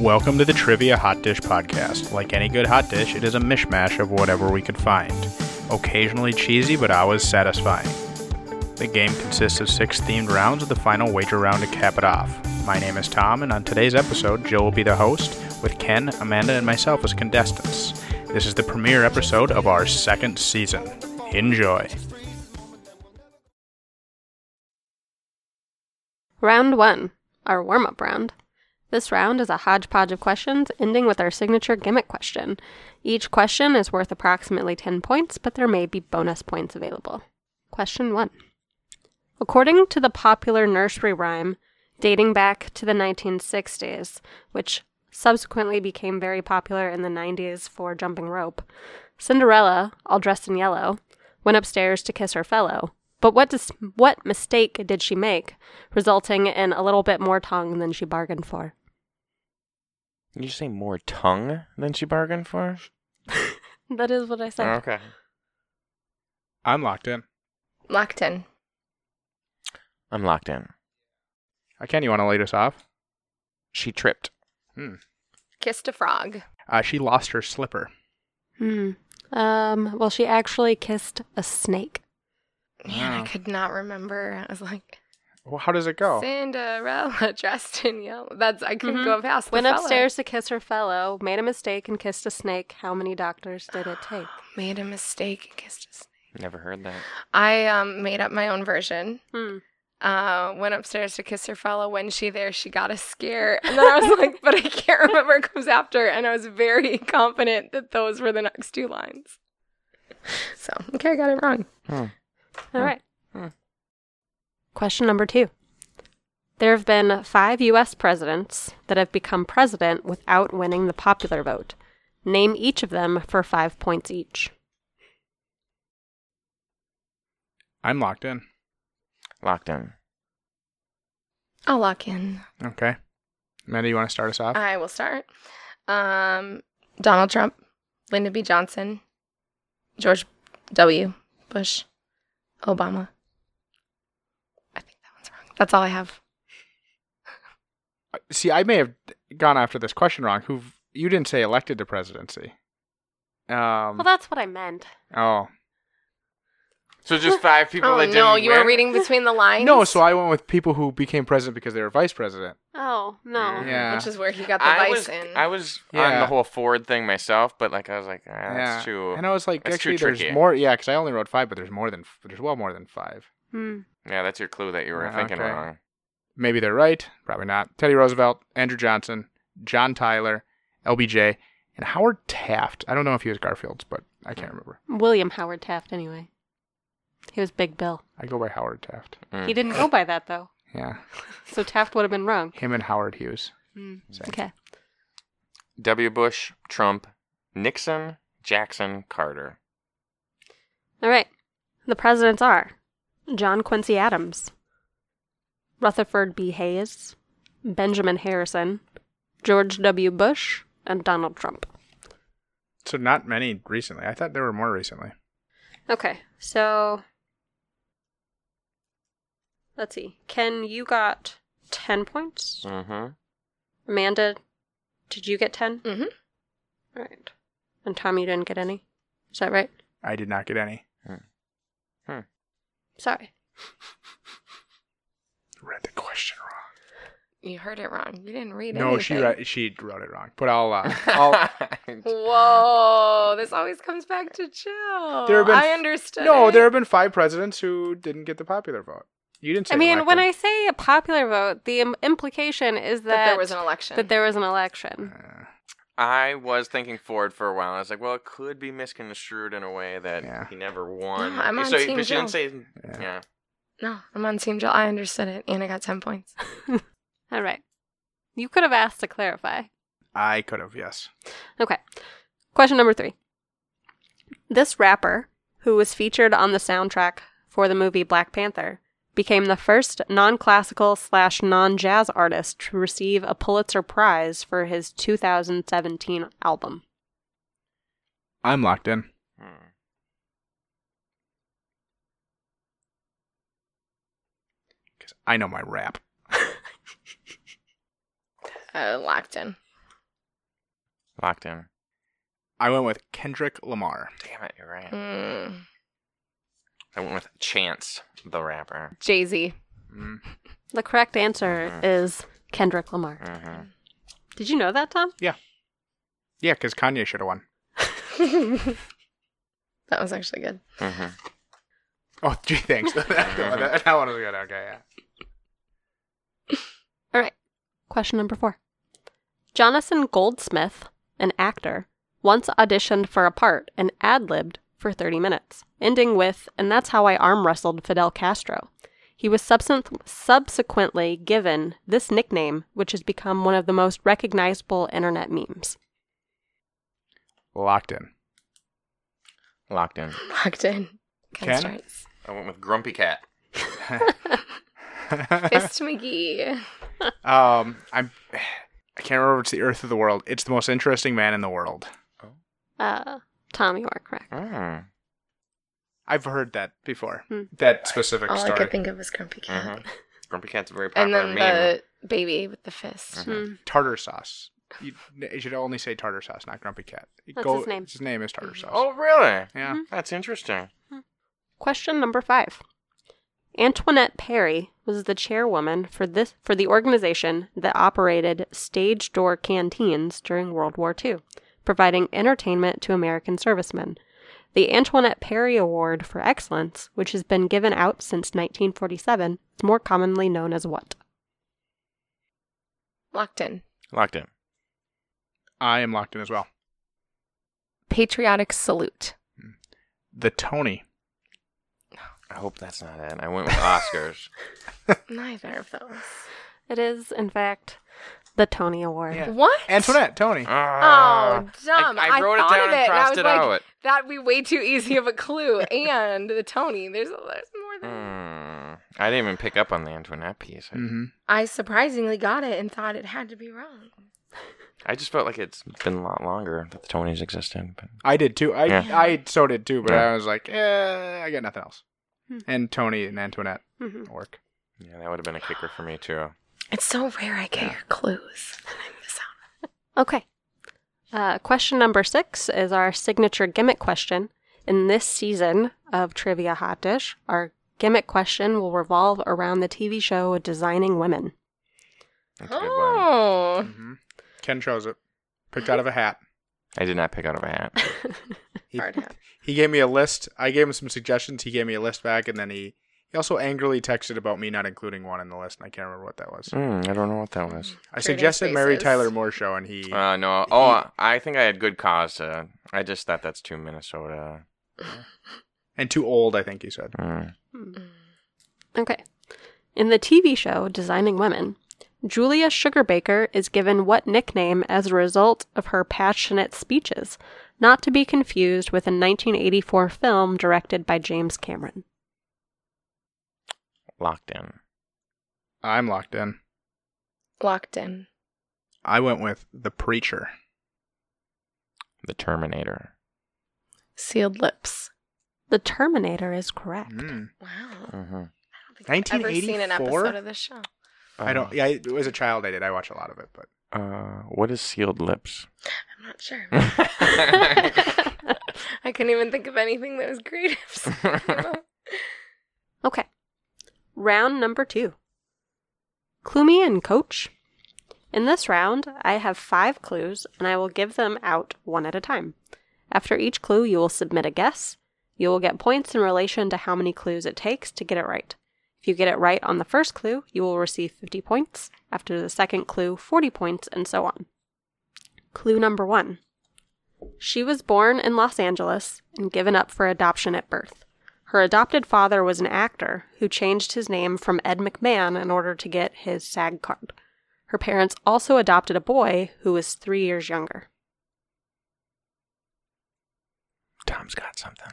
Welcome to the Trivia Hot Dish Podcast. Like any good hot dish, it is a mishmash of whatever we could find. Occasionally cheesy, but always satisfying. The game consists of six themed rounds with the final wager round to cap it off. My name is Tom, and on today's episode, Jill will be the host, with Ken, Amanda, and myself as contestants. This is the premiere episode of our second season. Enjoy. Round one, our warm up round. This round is a hodgepodge of questions, ending with our signature gimmick question. Each question is worth approximately 10 points, but there may be bonus points available. Question one According to the popular nursery rhyme dating back to the 1960s, which subsequently became very popular in the 90s for jumping rope, Cinderella, all dressed in yellow, went upstairs to kiss her fellow. But what dis- what mistake did she make, resulting in a little bit more tongue than she bargained for? Did you say more tongue than she bargained for? That is what I said. Uh. okay. I'm locked in. Locked in. I'm locked in. Uh, Ken, you want to lead us off? She tripped. Kissed a frog. Uh, she lost her slipper. Hmm. Um. Well, she actually kissed a snake. Man, Wow. I could not remember. I was like, Well, how does it go? Cinderella dressed in yellow. That's I couldn't Mhm. go past. the Went fella. upstairs to kiss her fellow, made a mistake and kissed a snake. How many doctors did it take? Made a mistake. and Kissed a snake. Never heard that. I um, made up my own version. Hmm. Uh, went upstairs to kiss her fellow. When she there, she got a scare, and then I was like, "But I can't remember what comes after." And I was very confident that those were the next two lines. So okay, I got it wrong. All right. Hmm. Question number two. There have been five U.S. presidents that have become president without winning the popular vote. Name each of them for five points each. I'm locked in. Locked in. I'll lock in. Okay. Amanda, you want to start us off? I will start. Um, Donald Trump, Lyndon B. Johnson, George W. Bush, Obama. I think that one's wrong. That's all I have. Uh, See, I may have gone after this question wrong. Who you didn't say elected to presidency? Um. Well, that's what I meant. oh So just five people oh that no, didn't you win? were reading between the lines. no! So I went with people who became president because they were vice president. Oh no. Yeah. which is where he got the I vice was, in. I was on Yeah. the whole Ford thing myself, but like I was like, ah, that's too. And I was like, that's too actually, there's tricky. more. Yeah, because I only wrote five, but there's more than there's well more than five. Hmm. Yeah, that's your clue that you were Yeah, thinking okay. wrong. Maybe they're right. Probably not. Teddy Roosevelt, Andrew Johnson, John Tyler, LBJ, and Howard Taft. I don't know if he was Garfield's, but I can't remember. William Howard Taft, anyway. He was Big Bill. I go by Howard Taft. Mm. He didn't go by that though, Yeah, so Taft would have been wrong. him and Howard Hughes. Same. Okay. W. Bush, Trump, Nixon, Jackson, Carter. All right. The presidents are John Quincy Adams, Rutherford B. Hayes, Benjamin Harrison, George W. Bush, and Donald Trump. So not many recently. I thought there were more recently. Okay, so let's see. Ken, you got 10 points. Mm-hmm. Amanda, did you get 10? hmm All right. And Tom, you didn't get any. Is that right? I did not get any. Sorry. Read the question wrong. You heard it wrong. You didn't read it. no, she read. re- she wrote it wrong. But I'll uh, I'll. Whoa, this always comes back to chill. There have been I understood. no, it. there have been five presidents who didn't get the popular vote. You didn't say. I mean, when I elected. say a popular vote, the Im- implication is that, that, there was an election. that there was an election. Uh, I was thinking Ford for a while. and I was like, well, it could be misconstrued in a way that Yeah. he never won. No, I'm on so Team but you Joe. didn't say. Yeah. Yeah. no, I'm on Team Jill. I understood it, and I got ten points. All right. You could have asked to clarify. I could have yes. Okay. Question number three. This rapper, who was featured on the soundtrack for the movie Black Panther, became the first non classical slash non jazz artist to receive a Pulitzer Prize for his 2017 album. I'm locked in. Hmm. I know my rap. Uh, locked in. Locked in. I went with Kendrick Lamar. Damn it, you're right. Mm. I went with Chance, the rapper. Jay Z. Mm. The correct answer is Kendrick Lamar. hmm Mm. Did you know that, Tom? Yeah, because Kanye should have won. that was actually good. hmm Oh, gee, thanks. that, that- that one was good. Okay, yeah. Question number four. Jonathan Goldsmith, an actor, once auditioned for a part and ad libbed for 30 minutes, ending with, and that's how I arm wrestled Fidel Castro. He was subsen- subsequently given this nickname, which has become one of the most recognizable internet memes. Locked in. Locked in. Locked in. Ken? Constraints. I went with Grumpy Cat. Fist McGee. um, I'm. I can't remember. if It's the Earth of the World. It's the most interesting man in the world. Uh, Tom, you are correct. Mm. I've heard that before. Hmm. That specific All I story. could think of was Grumpy Cat. Mhm. Grumpy Cat's a very And popular then meme. the baby with the fist. Hmm. Mhm. tartar sauce. You, you should only say tartar sauce, not grumpy cat. That's his name. Mm-hmm. His name is tartar sauce. Oh, really? yeah. That's interesting. Question number five. Antoinette Perry was the chairwoman for this for the organization that operated stage door canteens during World War II, providing entertainment to American servicemen. The Antoinette Perry Award for Excellence, which has been given out since 1947, is more commonly known as what? Locked in. Locked in. I am locked in as well. Patriotic salute. The Tony. I hope that's not it. I went with Oscars. Neither of those. It is, in fact, the Tony Award. Yeah. What? Antoinette, Tony. Ah. Oh, dumb. I, I wrote it thought down of and it, I crossed was it like, out. That'd be way too easy of a clue. and the Tony. There's, there's more than. Mm. I didn't even pick up on the Antoinette piece. I, hmm I surprisingly got it and thought it had to be wrong. I just felt like it's been a lot longer that the Tonys existed. But I did too. I Yeah. I so did too, but Yeah. I was like, eh, I got nothing else. Hmm. And Tony and Antoinette Mhm. work. yeah, that would have been a kicker for me too. It's so rare I get your clues. And I miss out. Okay. Uh, question number six is our signature gimmick question. In this season of Trivia Hot Dish, our gimmick question will revolve around the TV show Designing Women. That's a good one. Oh. hmm Ken chose it. Picked out of a hat. I did not pick out of a hat. He, Hard hat. he gave me a list. I gave him some suggestions. He gave me a list back, and then he, he also angrily texted about me not including one in the list, and I can't remember what that was. Mm, I don't know what that was. I Trading suggested Mary Spaces. Tyler Moore show, and he Uh, no. Oh, I think I had good cause to. I just thought that's too Minnesota. and too old. I think he said. Mm. Okay. In the TV show Designing Women, Julia Sugarbaker is given what nickname as a result of her passionate speeches, not to be confused with a 1984 film directed by James Cameron. Locked in. I'm locked in. Locked in. I went with the preacher. The Terminator. Sealed lips. The Terminator is correct. Mm. Wow. I don't Mm-hmm. think I've ever seen an 1984? episode of this show. I don't. Yeah, I, as a child, I did. I watched a lot of it, but Uh, what is sealed lips? I'm not sure. I I couldn't even think of anything that was creative. Okay. Round number two. Clue me and coach. In this round, I have five clues and I will give them out one at a time. After each clue, you will submit a guess. You will get points in relation to how many clues it takes to get it right. If you get it right on the first clue, you will receive 50 points. After the second clue, 40 points, and so on. Clue number one. She was born in Los Angeles and given up for adoption at birth. Her adopted father was an actor who changed his name from Ed McMahon in order to get his SAG card. Her parents also adopted a boy who was three years younger. Tom's got something.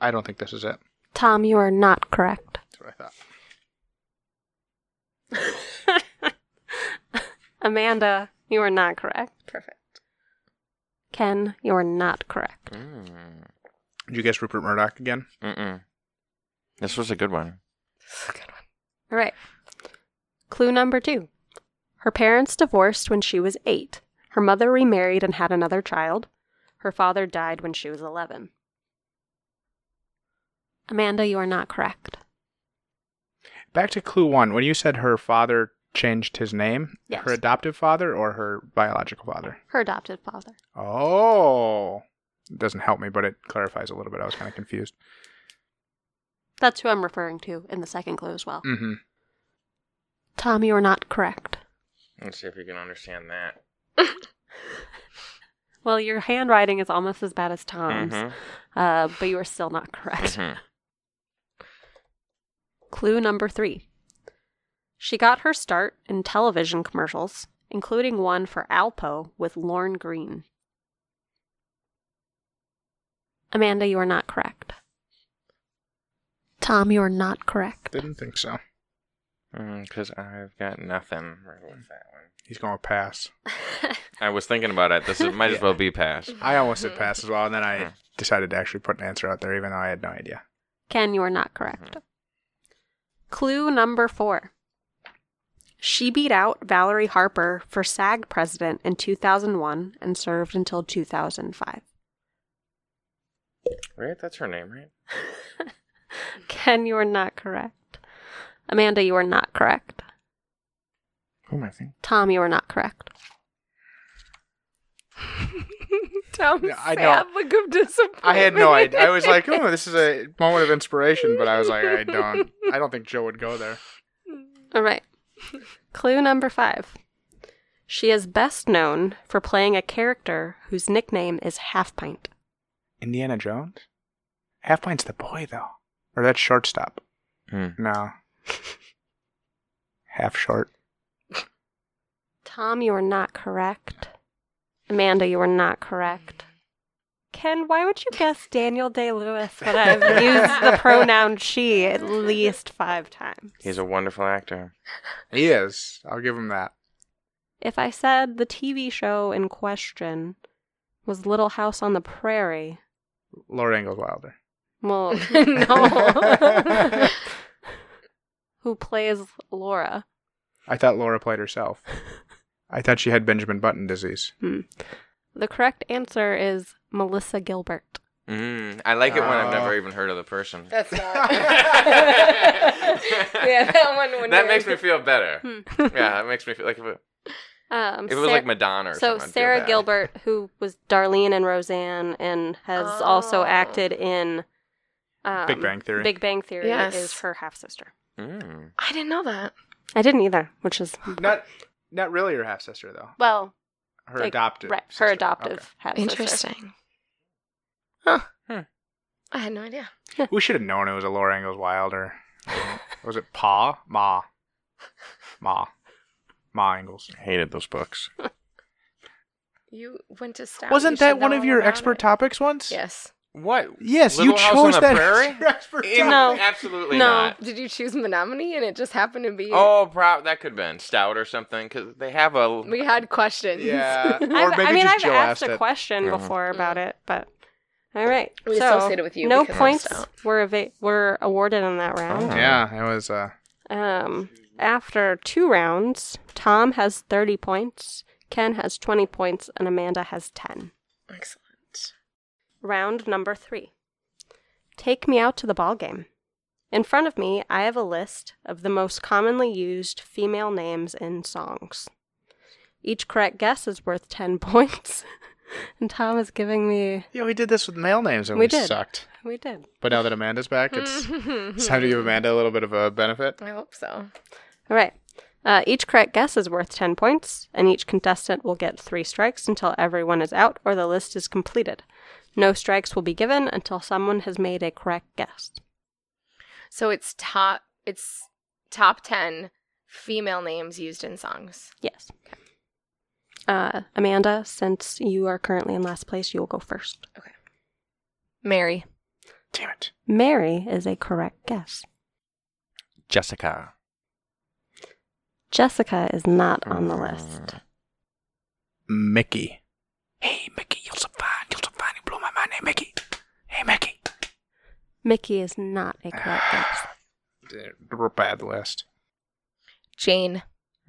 I don't think this is it. Tom, you are not correct. That's what I thought. Amanda, you are not correct. Perfect. Ken, you are not correct. Mm. Did you guess Rupert Murdoch again? Mm-mm. This was a good one. This is a good one. All right. Clue number two. Her parents divorced when she was eight. Her mother remarried and had another child. Her father died when she was 11. Amanda, you are not correct. Back to clue one. When you said her father changed his name, Yes. her adoptive father or her biological father? Her adopted father. Oh. It doesn't help me, but it clarifies a little bit. I was kind of confused. That's who I'm referring to in the second clue as well. hmm Tom, you are not correct. Let's see if you can understand that. Well, your handwriting is almost as bad as Tom's, Mhm. uh, but you are still not correct. Mhm. Clue number three. She got her start in television commercials, including one for Alpo with Lorne Green. Amanda, you are not correct. Tom, you are not correct. Didn't think so. Mm, Cause I've got nothing right with that one. He's going to pass. I was thinking about it. This is, might as well be passed. I almost said pass as well, and then I decided to actually put an answer out there, even though I had no idea. Ken, you are not correct. Clue number four. She beat out Valerie Harper for SAG president in 2001 and served until 2005. Right? That's her name, right? Ken, you are not correct. Amanda, you are not correct. Who am I thinking? Tom, you are not correct. Tom's Yeah, I know. sad look of disappointment. I had no idea. I was like, "Oh, this is a moment of inspiration," but I was like, "I don't. I don't think Joe would go there." All right. Clue number five. She is best known for playing a character whose nickname is Half Pint. Indiana Jones. Half Pine's the boy, though, or that's shortstop. Hmm. No. Half short. Tom, you are not correct. Amanda, you are not correct. Ken, why would you guess Daniel Day Lewis when I've used the pronoun she at least five times? He's a wonderful actor. He is. I'll give him that. If I said the TV show in question was Little House on the Prairie, Lord Engels Wilder. well, no. who plays Laura? I thought Laura played herself. I thought she had Benjamin Button disease. The correct answer is Melissa Gilbert. Mm, I like it when I've never Oh. even heard of the person. That's not. yeah, that one. wouldn't That have makes me been- feel better. Hmm. yeah, that makes me feel like if it, Um, if it was Sar- like Madonna or so something. I'd feel Sarah bad. Gilbert, who was Darlene and Roseanne, and has also Oh. acted in um, Big Bang Theory. Big Bang Theory Yes. is her half sister. Mm. I didn't know that. I didn't either, which is Not, not really her half sister though. well, Her like, adoptive. right, sister. her adoptive half sister. Interesting. Huh. Hmm. I had no idea. Okay. We should have known it was a Laura Engels Wilder. was it Pa? Ma. Ma. Ma Engels. Hated those books. You went to Stout. Wasn't You should that one know of all your about expert it. topics once? Yes. What? Yes, Little you House on chose the that. Prairie? as your expert Ew, No. topic. Absolutely No. not. Did you choose Menominee and it just happened to be? Oh, prob- that could have been Stout or something because they have a. We had questions. Yeah. or I've, maybe I mean, just I've Joe asked asked a it. question Mhm. before about it, but all right. We so associate it with you No because I'm points stout. were eva- were awarded in that round. Oh. Yeah, it was. Uh, Um, after two rounds, Tom has 30 points, Ken has 20 points, and Amanda has 10. Excellent. Round number three. Take me out to the ball game. In front of me, I have a list of the most commonly used female names in songs. Each correct guess is worth 10 points. and Tom is giving me. yeah, we did this with male names and We we, did. sucked. We did. But now that Amanda's back, it's, it's time to give Amanda a little bit of a benefit. I hope so. All right. Uh, each correct guess is worth 10 points, and each contestant will get three strikes until everyone is out or the list is completed. No strikes will be given until someone has made a correct guess. So it's top. It's top ten female names used in songs. Yes. Uh, Amanda, since you are currently in last place, you will go first. Mary. Damn it. Mary is a correct guess. Jessica. Jessica is not on the list. Mickey. Hey, Mickey, you're so fine. You're so fine. You blew my mind. Hey, Mickey. Hey, Mickey. Mickey is not a correct guess. We're Uh, bad list. Jane.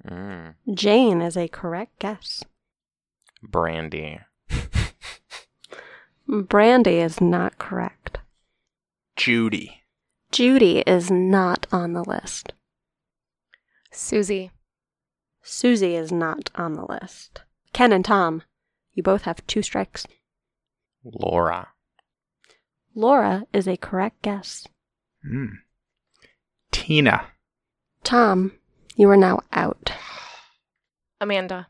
Mm. Jane is a correct guess. Brandy. Brandy is not correct. Judy. Judy is not on the list. Susie. Susie is not on the list. Ken and Tom, you both have two strikes. Laura. Laura is a correct guess. Mm. Tina. Tom, you are now out. Amanda.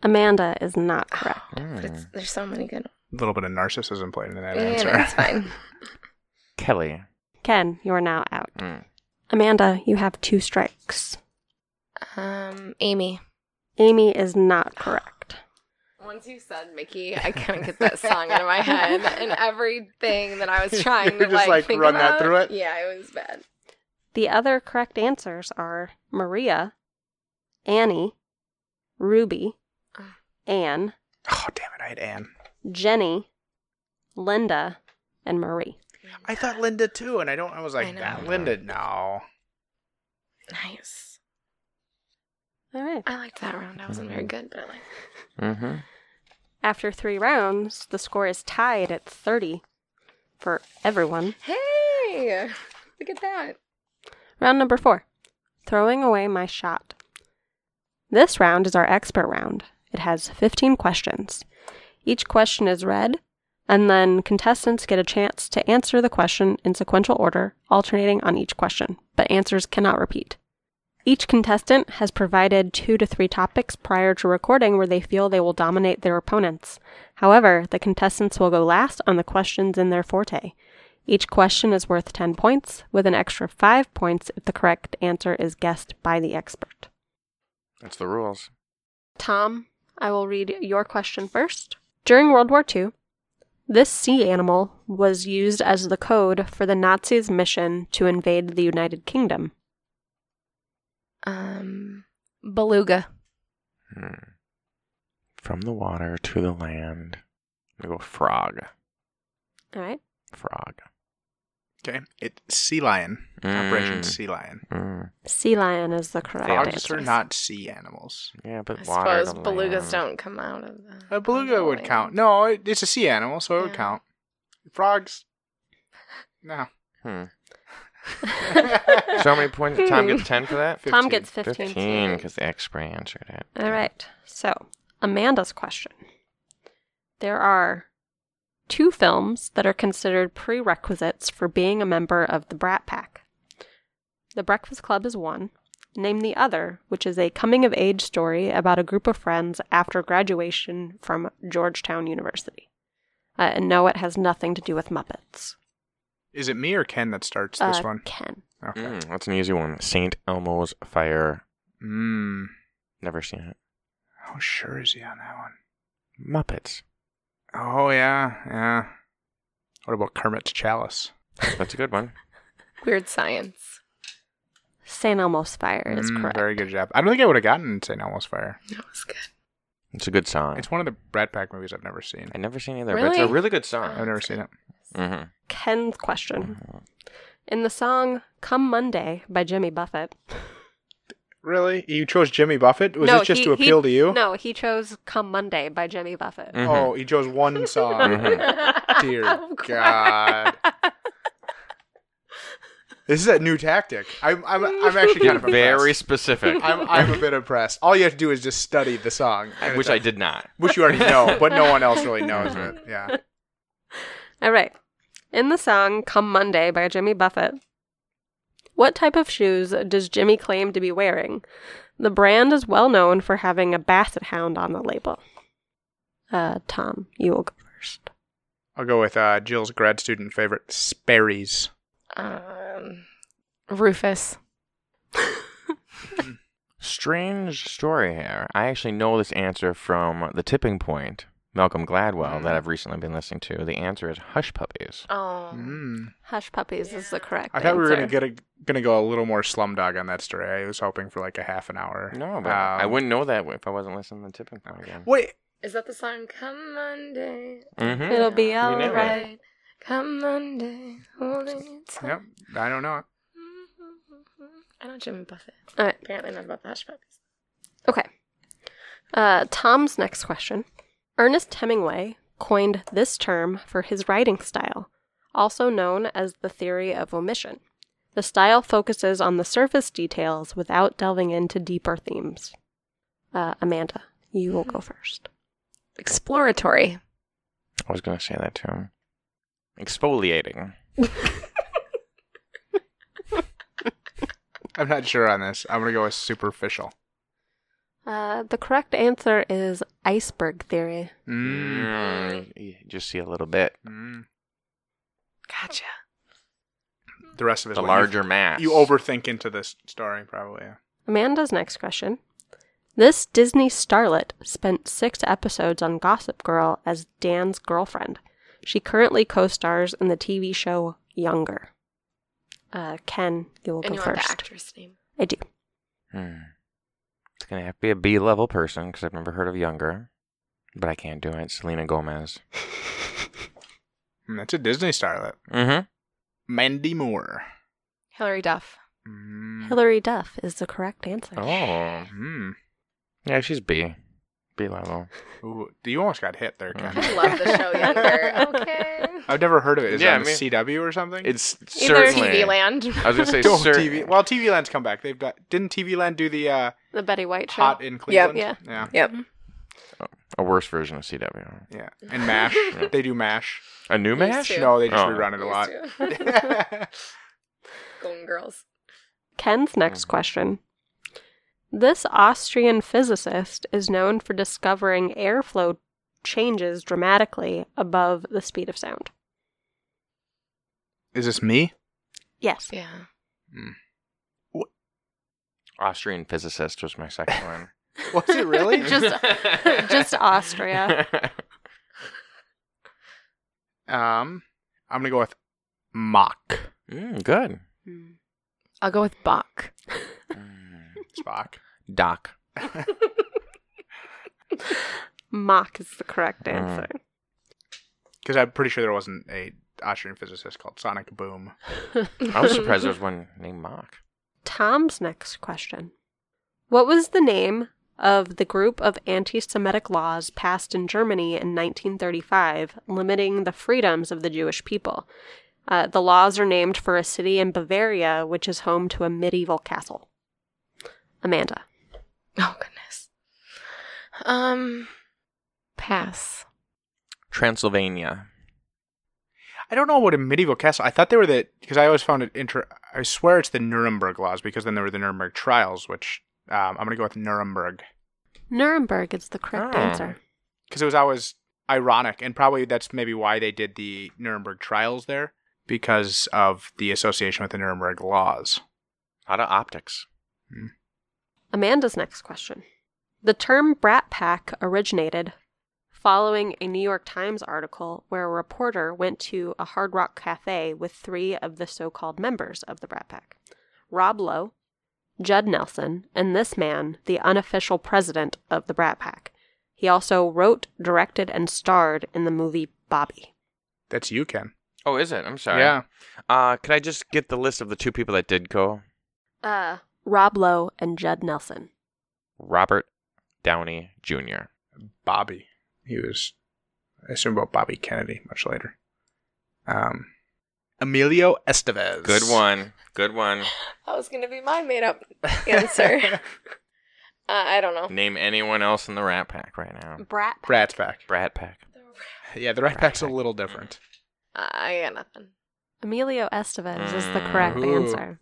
Amanda is not correct. But it's, there's so many good A little bit of narcissism played into Hmm. that ones. answer. That's fine. Kelly. Ken, you are now out. Mm. Amanda, you have two strikes. Um, Amy. Amy is not correct. Once you said Mickey, I couldn't get that song out of my head, and everything that I was trying You to were just, like, like, think run that about- through it? Yeah, it was bad. The other correct answers are Maria, Annie, Ruby, Anne, Oh, damn it. I had Anne. Jenny, Linda, and Marie. I thought Linda too, and I don't. I was like, I know. "That Linda, no. Nice. All right. I liked that round. I wasn't Hmm. very good, but I liked. Mm-hmm. After three rounds, the score is tied at 30 for everyone. Hey, look at that. Round number four throwing away my shot. This round is our expert round. It has 15 questions. Each question is read, and then contestants get a chance to answer the question in sequential order, alternating on each question, but answers cannot repeat. Each contestant has provided two to three topics prior to recording where they feel they will dominate their opponents. However, the contestants will go last on the questions in their forte. Each question is worth 10 points, with an extra 5 points if the correct answer is guessed by the expert. That's the rules. Tom, I will read your question first. During World War II, this sea animal was used as the code for the Nazis' mission to invade the United Kingdom. Um, beluga. Hmm. From the water to the land. We go frog. All right. Frog. Okay, it sea lion. Operation Mm. Sea Lion. Mm. Sea lion is the correct Frogs Frogs answer. are not sea animals. Yeah, but I water. suppose to belugas land. don't come out of the. A beluga would land. count. No, it, it's a sea animal, so it would Yeah. count. Frogs. No. Hmm. So how many points? did Tom gets ten for that. Hmm. Tom gets 15. Fifteen, because the expert answered it. All right. So, Amanda's question. There are two films that are considered prerequisites for being a member of the Brat Pack. The Breakfast Club is one. Name the other, which is a coming of age story about a group of friends after graduation from Georgetown University. Uh, and no, it has nothing to do with Muppets. Is it me or Ken that starts this Uh, one? Ken. Okay. Mm, that's an easy one. Saint Elmo's Fire. Mm. Never seen it. How sure is he on that one? Muppets. Oh yeah, yeah. What about Kermit's Chalice? That's a good one. Weird science. San Elmo's Fire is Mm, correct. Very good job. I don't think I would have gotten St. Elmo's Fire. That was good. It's a good song. It's one of the Brad Pack movies I've never seen. I've never seen either, but it's a Really? really good song. I've never seen it. Mm-hmm. Ken's question. In the song Come Monday by Jimmy Buffett. Really? You chose Jimmy Buffett? Was No, this just he- to appeal he- to you? No, he chose Come Monday by Jimmy Buffett. Mhm. Oh, he chose one song. Mhm. Dear Mm-hmm. Of course. God. This is a new tactic. I'm, I'm, I'm actually kind of very impressed. specific, I'm, I'm a bit impressed. All you have to do is just study the song, and which it's- I Mm-hmm. did not. which you already know, but no one else really knows it. Yeah. All right. In the song Come Monday by Jimmy Buffett, what type of shoes does Jimmy claim to be wearing? The brand is well known for having a basset hound on the label. Uh, Tom, you will go first. I'll go with uh, Jill's grad student favorite, Sperry's. Um, Rufus. Strange story here. I actually know this answer from The Tipping Point, Malcolm Gladwell, that I've recently been listening to. The answer is Hush Puppies. Oh, Mm. Hush Puppies is the correct I thought we were gonna answer. get a, gonna go a little more slumdog on that story. I was hoping for like a half an hour. No, but Um, I wouldn't know that if I wasn't listening to The Tipping Point again. Wait, is that the song? Come Monday. Mhm. It'll be You know it. alright. Come Monday. Holding it Yep, I don't know. I know Jimmy Buffett. All right. Apparently not about the Hush Puppies. Okay. Uh, Tom's next question. Ernest Hemingway coined this term for his writing style, also known as the theory of omission. The style focuses on the surface details without delving into deeper themes. Uh, Amanda, you will go first. Exploratory. I was going to say that too. Exfoliating. I'm not sure on this. I'm gonna go with superficial. Uh, the correct answer is iceberg theory. Mm. Mm, you just see a little bit. Mm. Gotcha. The rest of it, The larger mass. You overthink into this story, probably. Yeah. Amanda's next question. This Disney starlet spent six episodes on Gossip Girl as Dan's girlfriend. She currently co stars in the TV show Younger. Uh, Ken, you will go and you want the first. actress name. I do. Hmm. It's going to have to be a B level person because I've never heard of younger. But I can't do it. Selena Gomez. Mm, that's a Disney starlet, Mm Mandy Moore. Hillary Duff. Mm. Hillary Duff is the correct answer. hmm. Oh. Mm. Yeah, she's B. B level. Ooh, you almost got hit there, Ken. I love the show Younger. Okay. I've never heard of it. Is Yeah, it on I mean- CW or something? It's Either certainly. TV Land. I was going to say Don't cer- TV. Well, TV Land's come back. They've got didn't TV Land do the uh, The Betty White show. hot in Cleveland? yeah. yeah, Yep. A worse version of CW. yeah. And Mash. they do Mash. A new Used mash? to. No, they just Oh. rerun it a lot. Used to. Golden Girls. Ken's next Oh. question. This Austrian physicist is known for discovering airflow changes dramatically above the speed of sound. Is this me? Yes. Yeah. Austrian physicist was my second one. Was it really? Just- just Austria. um, I'm gonna go with Mock Mm, good. I'll go with Bach. Mm. Spock. Doc. Mock is the correct answer. Because I'm pretty sure there wasn't a Austrian physicist called Sonic Boom. I was surprised there was one named Mock. Tom's next question What was the name of the group of anti Semitic laws passed in Germany in 1935 limiting the freedoms of the Jewish people? Uh, the laws are named for a city in Bavaria, which is home to a medieval castle. Amanda. Oh goodness. Um, pass. Transylvania. I don't know what a medieval castle. I thought they were the because I always found it inter. I swear it's the Nuremberg laws because then there were the Nuremberg trials, which um, I'm gonna go with Nuremberg Nuremberg is the correct Oh. answer. because it was always ironic and probably that's maybe why they did the Nuremberg trials there because of the association with the Nuremberg laws. A lot of optics. Amanda's next question. The term brat pack originated following a New York Times article where a reporter went to a Hard Rock Cafe with three of the so called members of the brat pack Rob Lowe, Judd Nelson, and this man, the unofficial president of the brat pack. He also wrote, directed, and starred in the movie Bobby. That's you, Ken. Oh, is it? I'm sorry. Yeah. Uh, could I just get the list of the two people that did go? Uh, Rob Lowe and Judd Nelson. Robert Downey Jr. Bobby. He was, I assume, about Bobby Kennedy much later. Um, Emilio Estevez. Good one. Good one. That was gonna be my made-up answer. uh, I don't know. Name anyone else in the Rat Pack right now. Brat pack. Brat's back. Brat Pack. Yeah, the Rat Mm-hmm. Pack's a little different. Uh, I got nothing. Emilio Estevez is the Mm. correct Ooh. answer.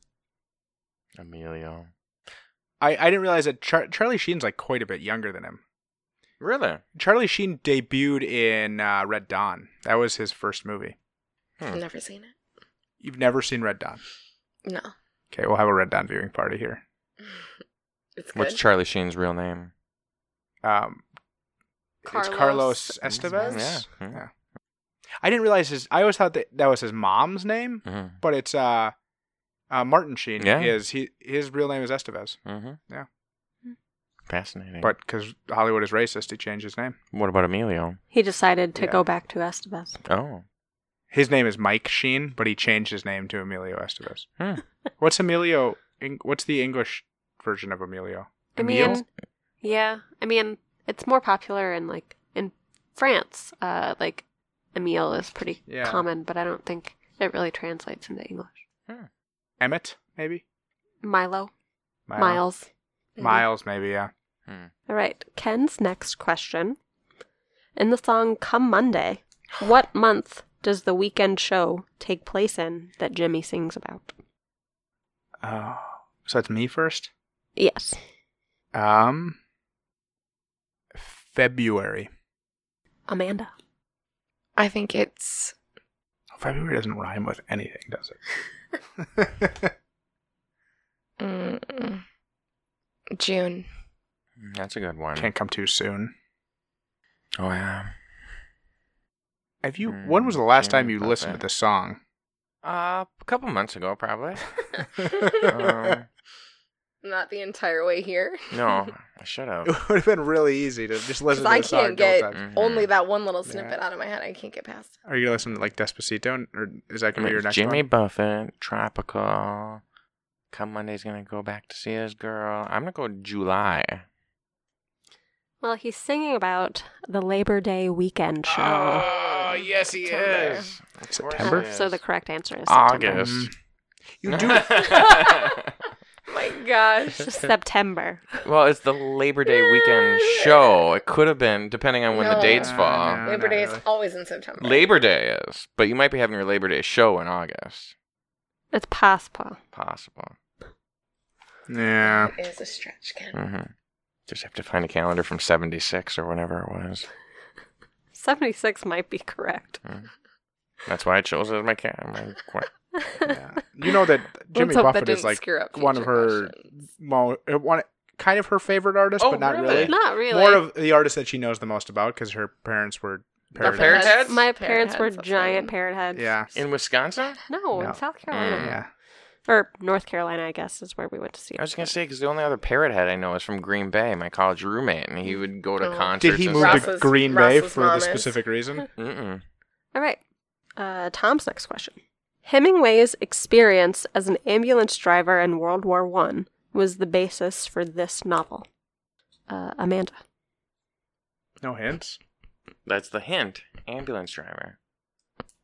Emilio. I, I didn't realize that Char- Charlie Sheen's like quite a bit younger than him. Really? Charlie Sheen debuted in uh, Red Dawn. That was his first movie. Hmm. I've never seen it. You've never seen Red Dawn. No, Okay, we'll have a Red Dawn viewing party here. it's good. What's Charlie Sheen's real name? Um, It's Carlos Carlos Estevez. Yeah. Mm-hmm. I didn't realize his. I always thought that that was his mom's name, Mm-hmm. but it's uh, uh Martin Sheen. Yeah. Is he? His real name is Estevez. Mm-hmm. Yeah. Fascinating. But because Hollywood is racist, he changed his name. what about Emilio? He decided to Yeah. go back to Estevez. Oh. His name is Mike Sheen, but he changed his name to Emilio Estevez. Hmm. What's Emilio? In, what's the English version of Emilio? I Emil? mean, yeah. I mean, It's more popular in like in France. Uh, like Emile is pretty Yeah. common, but I don't think it really translates into English. Emmett, maybe? Milo, Mile. Miles. maybe. Miles, maybe, yeah. All right, Ken's next question. In the song Come Monday, what month does the weekend show take place in that Jimmy sings about? Oh. So it's me first? Yes. Um. February. Amanda. Mm-hmm. I think it's Oh, February doesn't rhyme with anything, does it? mm, June. Mm, That's a good one. Can't come too soon. Oh yeah. Have you? Hmm, When was the last yeah, time you about listened to that. this song? Uh, a couple months ago, probably. it um, Not the entire way here. no, I should have. would have been really easy to just listen to 'Cause I the song. can't a couple get- times. Mhm. Only that one little Yeah. snippet out of my head. I can't get past. Are you gonna listen to like Despacito, and- or is that gonna be your next Jimmy one? Buffett, Tropical. Come Monday's gonna go back to see his girl. I'm gonna go July. Well, he's singing about the Labor Day weekend show. Uh, Oh, yes, he September. is. Of course Ah. September? Ah, he So is. the correct answer is September. August. You do. Oh My gosh. September. well, it's the Labor Day weekend show. It could have been, depending on when the No. dates fall. No, Labor not Day is really. always in September. Labor Day is, but you might be having your Labor Day show in August. It's possible. Possible. yeah. It is a stretch, Ken. Mm-hmm. Just have to find a calendar from '76 or whenever it was. 76 might be correct. Mm. That's why I chose it as my calendar. yeah. You know that Jimmy Let's hope Buffett that is didn't like screw up one of future her questions. mo- uh, one kind of her favorite artist, Oh, but not really? really. Not really. More of the artist that she knows the most about because her parents were They're parrots. parrot heads? My Parrot parents heads, were that's giant fine. parrot heads. Yeah. In Wisconsin? No, No. Mm, in South Carolina. Yeah. Or North Carolina, I guess, is where we went to see it. I was gonna say because the only other parrot head I know is from Green Bay, my college roommate, and he would go to Oh. concerts. Did he and move stuff. to Ross's- Green Bay Ross's for mom the is. specific reason? Mm-mm. All right. Uh, Tom's next question. Hemingway's experience as an ambulance driver in World War One was the basis for this novel. Uh, Amanda. No hints. That's the hint. Ambulance driver.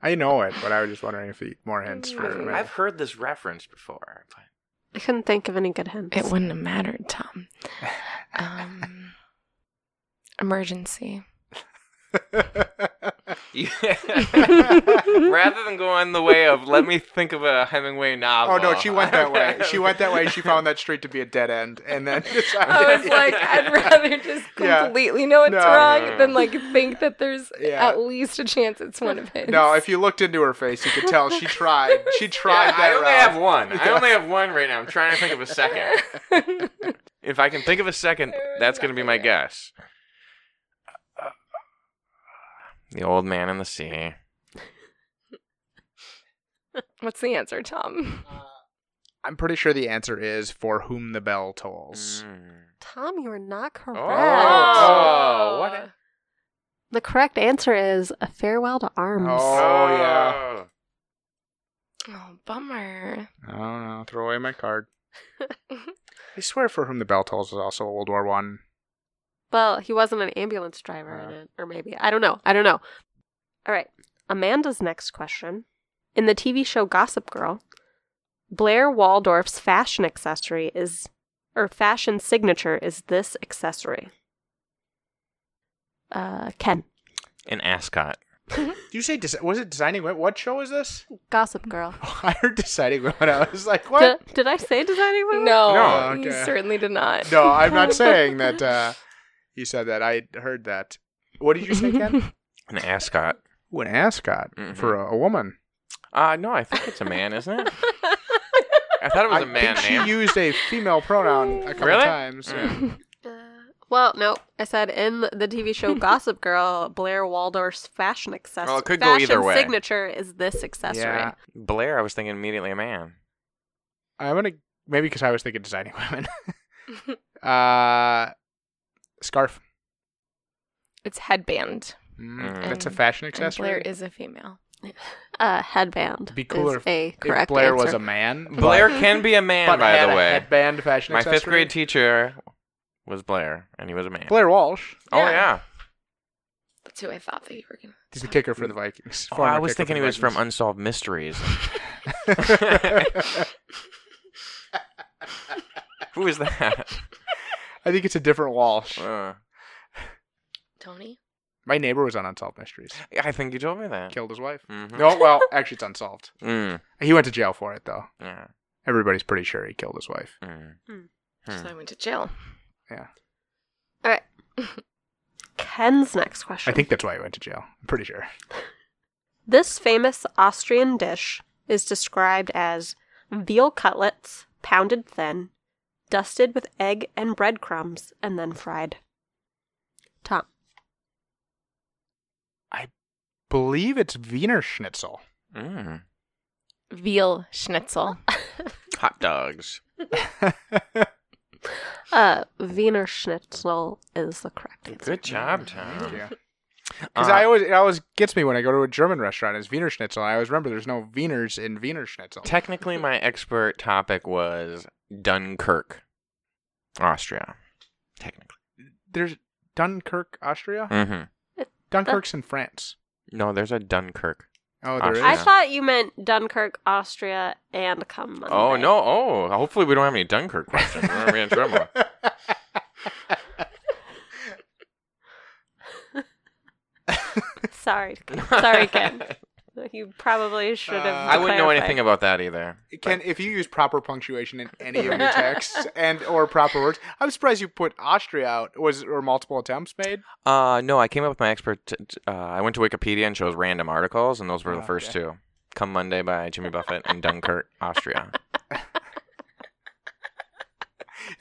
I know it, but I was just wondering if you more hints for I've- me. I've heard this reference before. but- I couldn't think of any good hints. It wouldn't have mattered, Tom. Um, emergency. Yeah. Rather than going the way of let me think of a Hemingway novel. oh no, she went that way. She went that way. She found that street to be a dead end, and then decided. I was like, I'd rather just Yeah. completely know it's No. wrong than like think that there's Yeah. at least a chance it's one of his. No, if you looked into her face, you could tell she tried. She tried Yeah, that I only route. have one. I only have one right now. I'm trying to think of a second. if I can think of a second, There is that's going to be my nothing guess. The old man and the sea. What's the answer, Tom? I'm pretty sure the answer is for whom the bell tolls. Mm. Tom, you are not correct. Oh, what a- The correct answer is A Farewell to Arms. Oh. yeah. Oh, bummer. Mm. I don't know. Throw away my card. I swear, for whom the bell tolls is also a World War One. Well, he wasn't an ambulance driver in Uh. it, or maybe. I don't know. I don't know. All right. Amanda's next question. In the TV show Gossip Girl, Blair Waldorf's fashion accessory is, or fashion signature is this accessory. Uh, Ken. An ascot. Did you say desi- was it designing what? What show is this? Gossip Girl. I heard deciding what I was like. D- What? did I say designing No, women? No, you okay. certainly did not. no, I'm not saying that. Uh, you said that. I heard that. What did you say, Ken? An ascot. Ooh, an ascot Mhm. for a, a woman. Uh, no, I think it's a man, isn't it? I thought it was a man think name. she used a female pronoun a couple Really? times. Mm. Uh, well, no. I said in the TV show Gossip Girl, Blair Waldorf's fashion accessory. Well, it could go either way. signature is this accessory. Yeah. Blair, I was thinking immediately a man. I'm gonna maybe because I was thinking designing women. uh, scarf. It's headband. Mm, Mm. That's a And- fashion And accessory. Blair is a female. uh, headband. Be cooler is if- a correct if Blair was answer. a man. Blair but, can be a man, but by had the a way. headband fashion. My accessory. fifth grade teacher was Blair, and he was a man. Blair Walsh. Oh Yeah. yeah. That's who I thought that you were gonna. He's the kicker for the Vikings. Oh, former I was kicker for thinking the he was from Vikings. Unsolved Mysteries. Who is that? I think it's a different Walsh. Uh, Tony. My neighbor was on Unsolved Mysteries. I think you told me that. Killed his wife. Mhm. No, well, actually, it's unsolved. Mm. He went to jail for it, though. Yeah. Everybody's pretty sure he killed his wife. Mm. So I went to jail. Yeah. All right. Ken's next question. I think that's why he went to jail. I'm pretty sure. This famous Austrian dish is described as veal cutlets pounded thin, dusted with egg and breadcrumbs, and then fried. Tom. Believe it's Wiener Schnitzel. Mm. Veal schnitzel. Hot dogs. Uh, Wiener Schnitzel is the correct answer. Good job, Tom. Yeah. Because Uh, I always it always gets me when I go to a German restaurant is Wiener Schnitzel. I always remember there's no Wieners in Wiener Schnitzel. Technically, my expert topic was Dunkirk, Austria. Technically. there's Dunkirk, Austria. Mm-hmm. Dunkirk's in France. No, there's a Dunkirk. Oh, there is. Austria. I thought you meant Dunkirk, Austria, and come Monday. Oh no! Oh, hopefully we don't have any Dunkirk questions. We're gonna be in trouble. Sorry, sorry, Ken. You probably should have. Uh, I wouldn't know clarified. anything about that either. Ken, if you use proper punctuation in any of your texts and or proper words, I'm surprised you put Austria out. Was or multiple attempts made? Uh, no, I came up with my expert. T- t- uh, I went to Wikipedia and chose random articles, and those were the Oh, first okay. two. Come Monday by Jimmy Buffett and Dunkirk, Austria.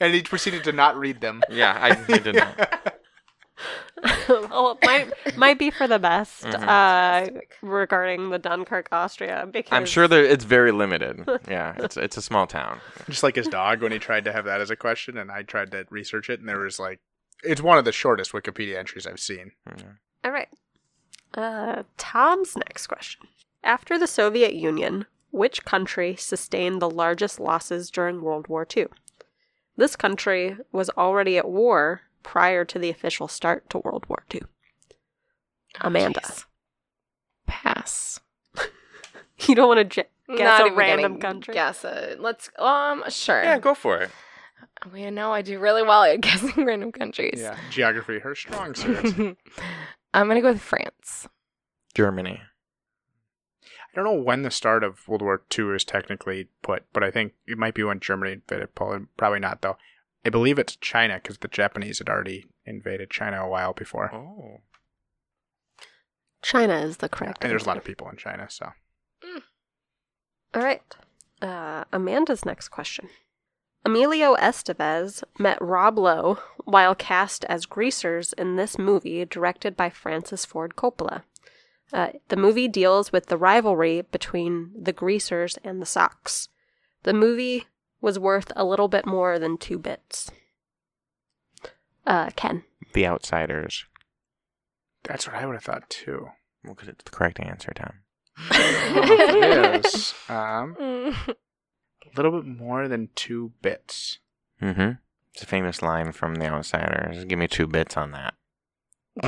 And he proceeded to not read them. Yeah, I, I did not. well, it might might be for the best Mm-hmm. Mhm. uh, regarding the Dunkirk, Austria. Because I'm sure there it's very limited. Yeah, it's it's a small town. Just like his dog when he tried to have that as a question, and I tried to research it, and there was like, it's one of the shortest Wikipedia entries I've seen. All right. Uh, Tom's next question. After the Soviet Union, which country sustained the largest losses during World War II? This country was already at war prior to the official start to World War II. Uh, Amanda. Jeez. Pass. You don't want to j- guess Not a even random gonna country? Guess a, let's um sure. Yeah, go for it. I mean, no, I do really well at guessing random countries. Yeah, geography, her strong suit. I'm gonna go with France. Germany. I don't know when the start of World War II is technically put, but I think it might be when Germany invaded Poland. Probably not, though. I believe it's China because the Japanese had already invaded China a while before. Oh, China is the correct and there's a lot answer. of people in China, so. All right. Uh, Amanda's next question. Emilio Estevez met Rob Lowe while cast as greasers in this movie directed by Francis Ford Coppola. Uh, the movie deals with the rivalry between the greasers and the Sox. The movie was worth a little bit more than two bits. Uh, Ken. The Outsiders. That's what I would have thought, too. Well, 'cause it's the correct answer, Tom. It is, um, Mm. a little bit more than two bits. Mm-hmm. It's a famous line from The Outsiders. Give me two bits on that.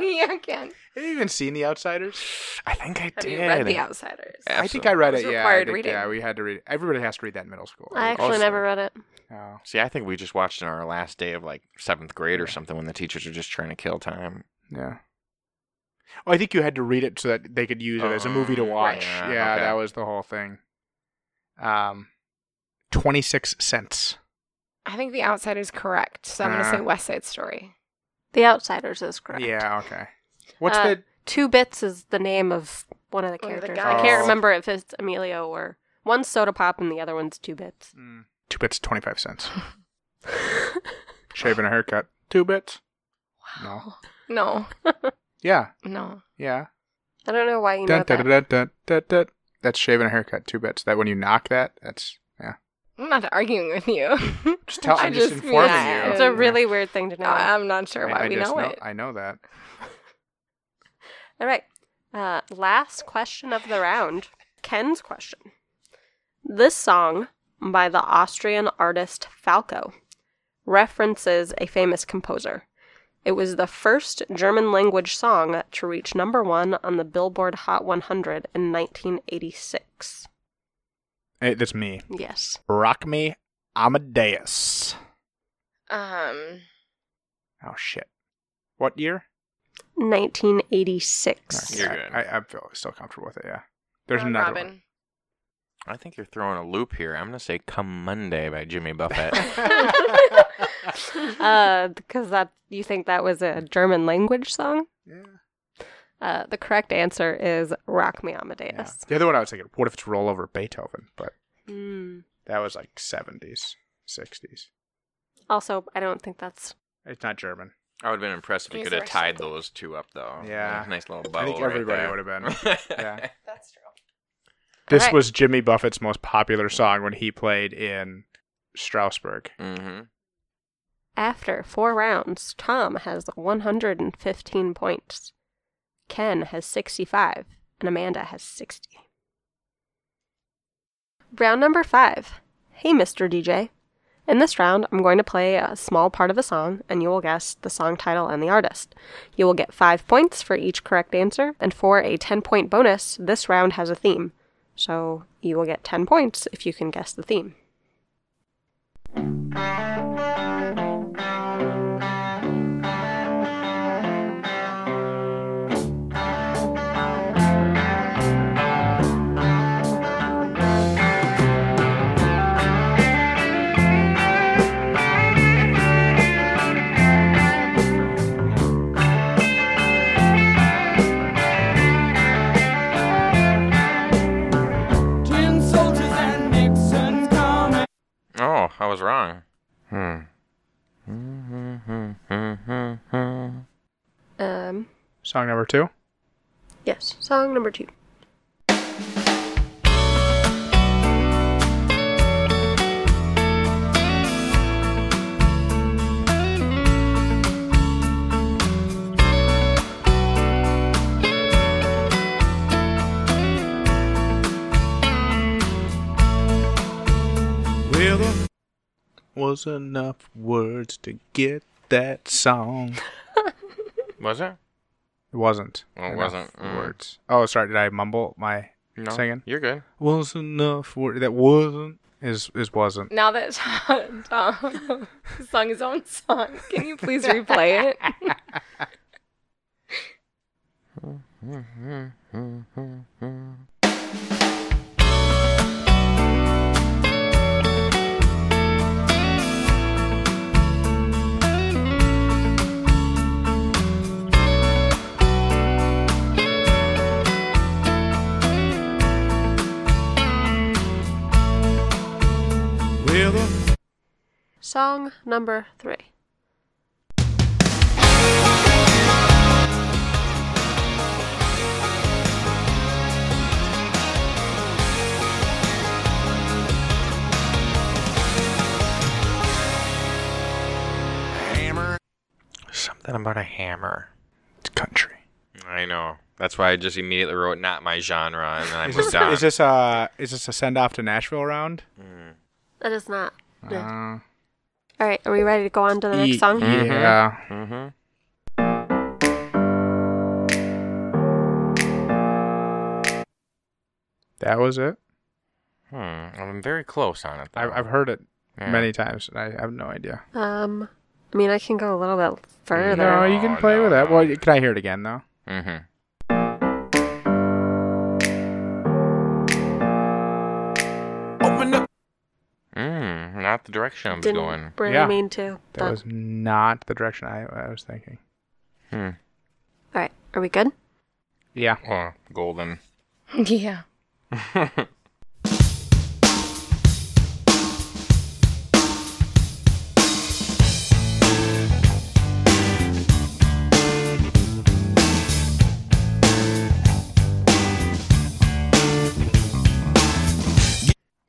yeah, Ken. Have you even seen The Outsiders? I think I Have did. you read The Outsiders? Yeah. I think I read It was it. Yeah, I required think, reading. yeah, we had to read. it. Everybody has to read that in middle school. I actually also- never read it. Oh. See, I think we just watched on our last day of like seventh grade or something when the teachers are just trying to kill time. Yeah. Oh, I think you had to read it so that they could use it as a movie to Oh, watch. yeah, Yeah, okay. that was the whole thing. Um, twenty six cents. I think The Outsiders correct, so I'm gonna Uh. say West Side Story. The Outsiders is correct. Yeah. Okay. What's Uh, the? Two Bits is the name of one of the One of the characters. guys. I can't Oh. remember if it's Emilio or one's Soda Pop and the other one's Two Bits. Mm, two bits, twenty five cents. Shaving a haircut, two bits. No. No, Yeah. no. Yeah. I don't know why you Dun, know dun, that. dun, dun, dun, dun. That's shaving a haircut, two bits. That when you knock that, that's yeah. I'm not arguing with you. Just tell. I I'm just, just- informing yeah, you. It's a Yeah. really weird thing to know. No, I'm not sure I- why I we just know, it. I know that. All right. Uh, last question of the round Ken's question. This song by the Austrian artist Falco references a famous composer. It was the first German language song to reach number one on the Billboard Hot 100 in 1986. Hey, that's me. Yes. Rock me, Amadeus. Um, Oh shit. What year? 1986. You're Yeah, good. I, I feel still comfortable with it. Yeah. There's Round another Uh, Robin. one. I think you're throwing a loop here. I'm gonna say "Come Monday" by Jimmy Buffett. Uh, because that you think that was a German language song? Yeah. Uh, the correct answer is Rock Me Amadeus. The other one I was thinking, what if it's roll over Beethoven? But Mm. that was like 70s, 60s. Also, I don't think that's It's not German. I would have been impressed if you These could have are tied simple. those two up, though. Yeah. nice little bubble. I think everybody would have been. Yeah. That's true. This Alright. was Jimmy Buffett's most popular song when he played in Strasbourg. Mm-hmm. after four rounds. Tom has 115 points. Ken has 65, and Amanda has 60. Round number five. Hey, Mr. DJ. In this round, I'm going to play a small part of a song, and you will guess the song title and the artist. You will get five points for each correct answer, and for a 10 point bonus, this round has a theme. So you will get 10 points if you can guess the theme. Tin soldiers and Nixon's coming. Oh, I was wrong. Hmm. Um, Song number two? yes, song number two. Was enough words to get that song. Was it? It wasn't. Oh, it enough wasn't. Mm. Words. Oh, sorry. Did I mumble my No. singing? You're good. Was enough word that wasn't is is wasn't. Now that Tom sung his own song, can you please replay it? Song number three. Something about a hammer. It's country. I know. That's why I just immediately wrote "not my genre" and then I Is moved this, on. is this a is this a send off to Nashville round? That is not. Uh, All right, are we ready to go on to the next ye- song? Uh, Yeah. Mm-hmm. That was it. Hmm. I'm very close on it. Though. I've, I've heard it Yeah. many times. And I have no idea. Um, I mean, I can go a little bit further. Oh, No, you can play no, with that. no. Well, y- can I hear it again though? Mm-hmm. Open up. Mm, not the direction I was Didn't going. really Yeah. mean to. That but- was not the direction I, I was thinking. Hmm. All right, are we good? Yeah. Oh, golden. Yeah.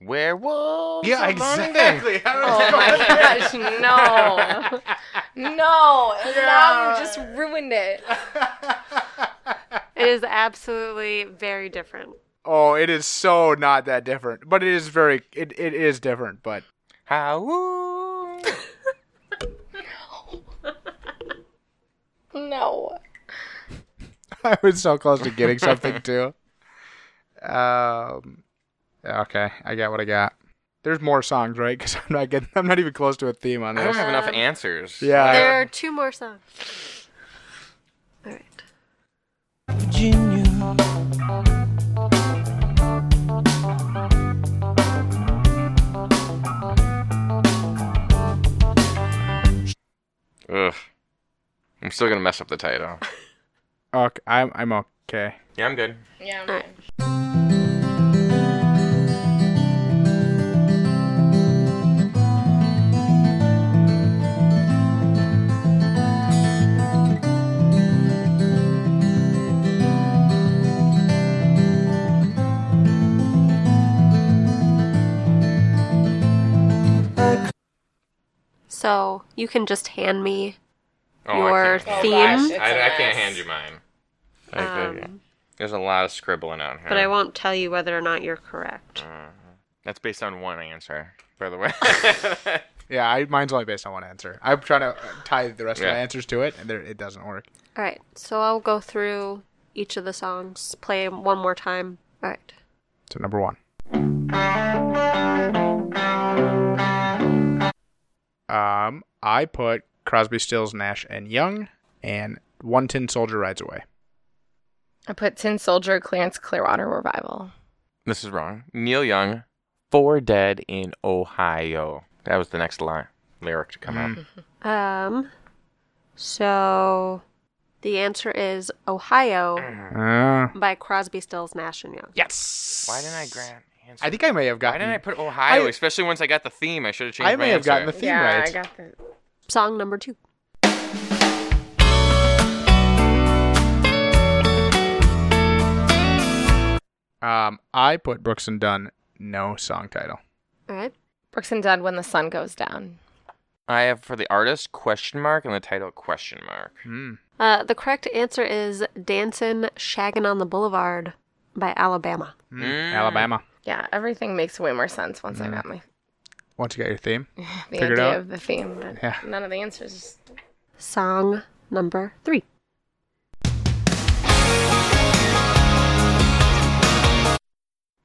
Werewolves. of London. Oh my gosh, no. No. and Now you just ruined it. It is absolutely very different. Oh, it is so not that different, but it is very it, it is different. But How? No. I was so close to getting something too. Um, okay, I got what I got. There's more songs, right? Because I'm not getting, I'm not even close to a theme on I don't this. have enough Um, answers. Yeah, There are two more songs. All right. Virginia. Ugh. I'm still gonna mess up the title. okay, I'm I'm okay. Yeah, I'm good. Yeah. All right. So you can just hand me Oh, Your I can't. theme? Oh, gosh, I, I it's a can't mess. hand you mine. I- I- Um, there's a lot of scribbling on here. But I won't tell you whether or not you're correct. That's based on one answer, by the way. Yeah, I, mine's only based on one answer. I'm trying to tie the rest of my Yeah. answers to it, and there, it doesn't work. All right. So I'll go through each of the songs, play 'em one more time. All right. So number one. Um, I put Crosby, Stills, Nash, and Young, and One Tin Soldier Rides Away. I put Tin Soldier Clarence Clearwater Revival. this is wrong. Neil Young, four dead in Ohio. That was the next line lyric to come out. Um. So the answer is Ohio Uh, by Crosby, Stills, Nash and Young. yes. Why didn't I grant answer? I think I may have Why gotten. didn't I put Ohio? I- especially once I got the theme, I should have changed I my may have answer. gotten the theme right. got that. Song number two. um, I put Brooks and Dunn. No song title. All right. Brooks and Dunn when the sun goes down. I have for the artist question mark and the title question mark. Hmm. Uh, the correct answer is Dancin' Shaggin' on the Boulevard by Alabama. Hmm. Mm. Alabama. Yeah, everything makes way more sense once I got my Once you got your theme. Mm. the Figured idea out? of the theme, but Yeah. none of the answers. Song number three.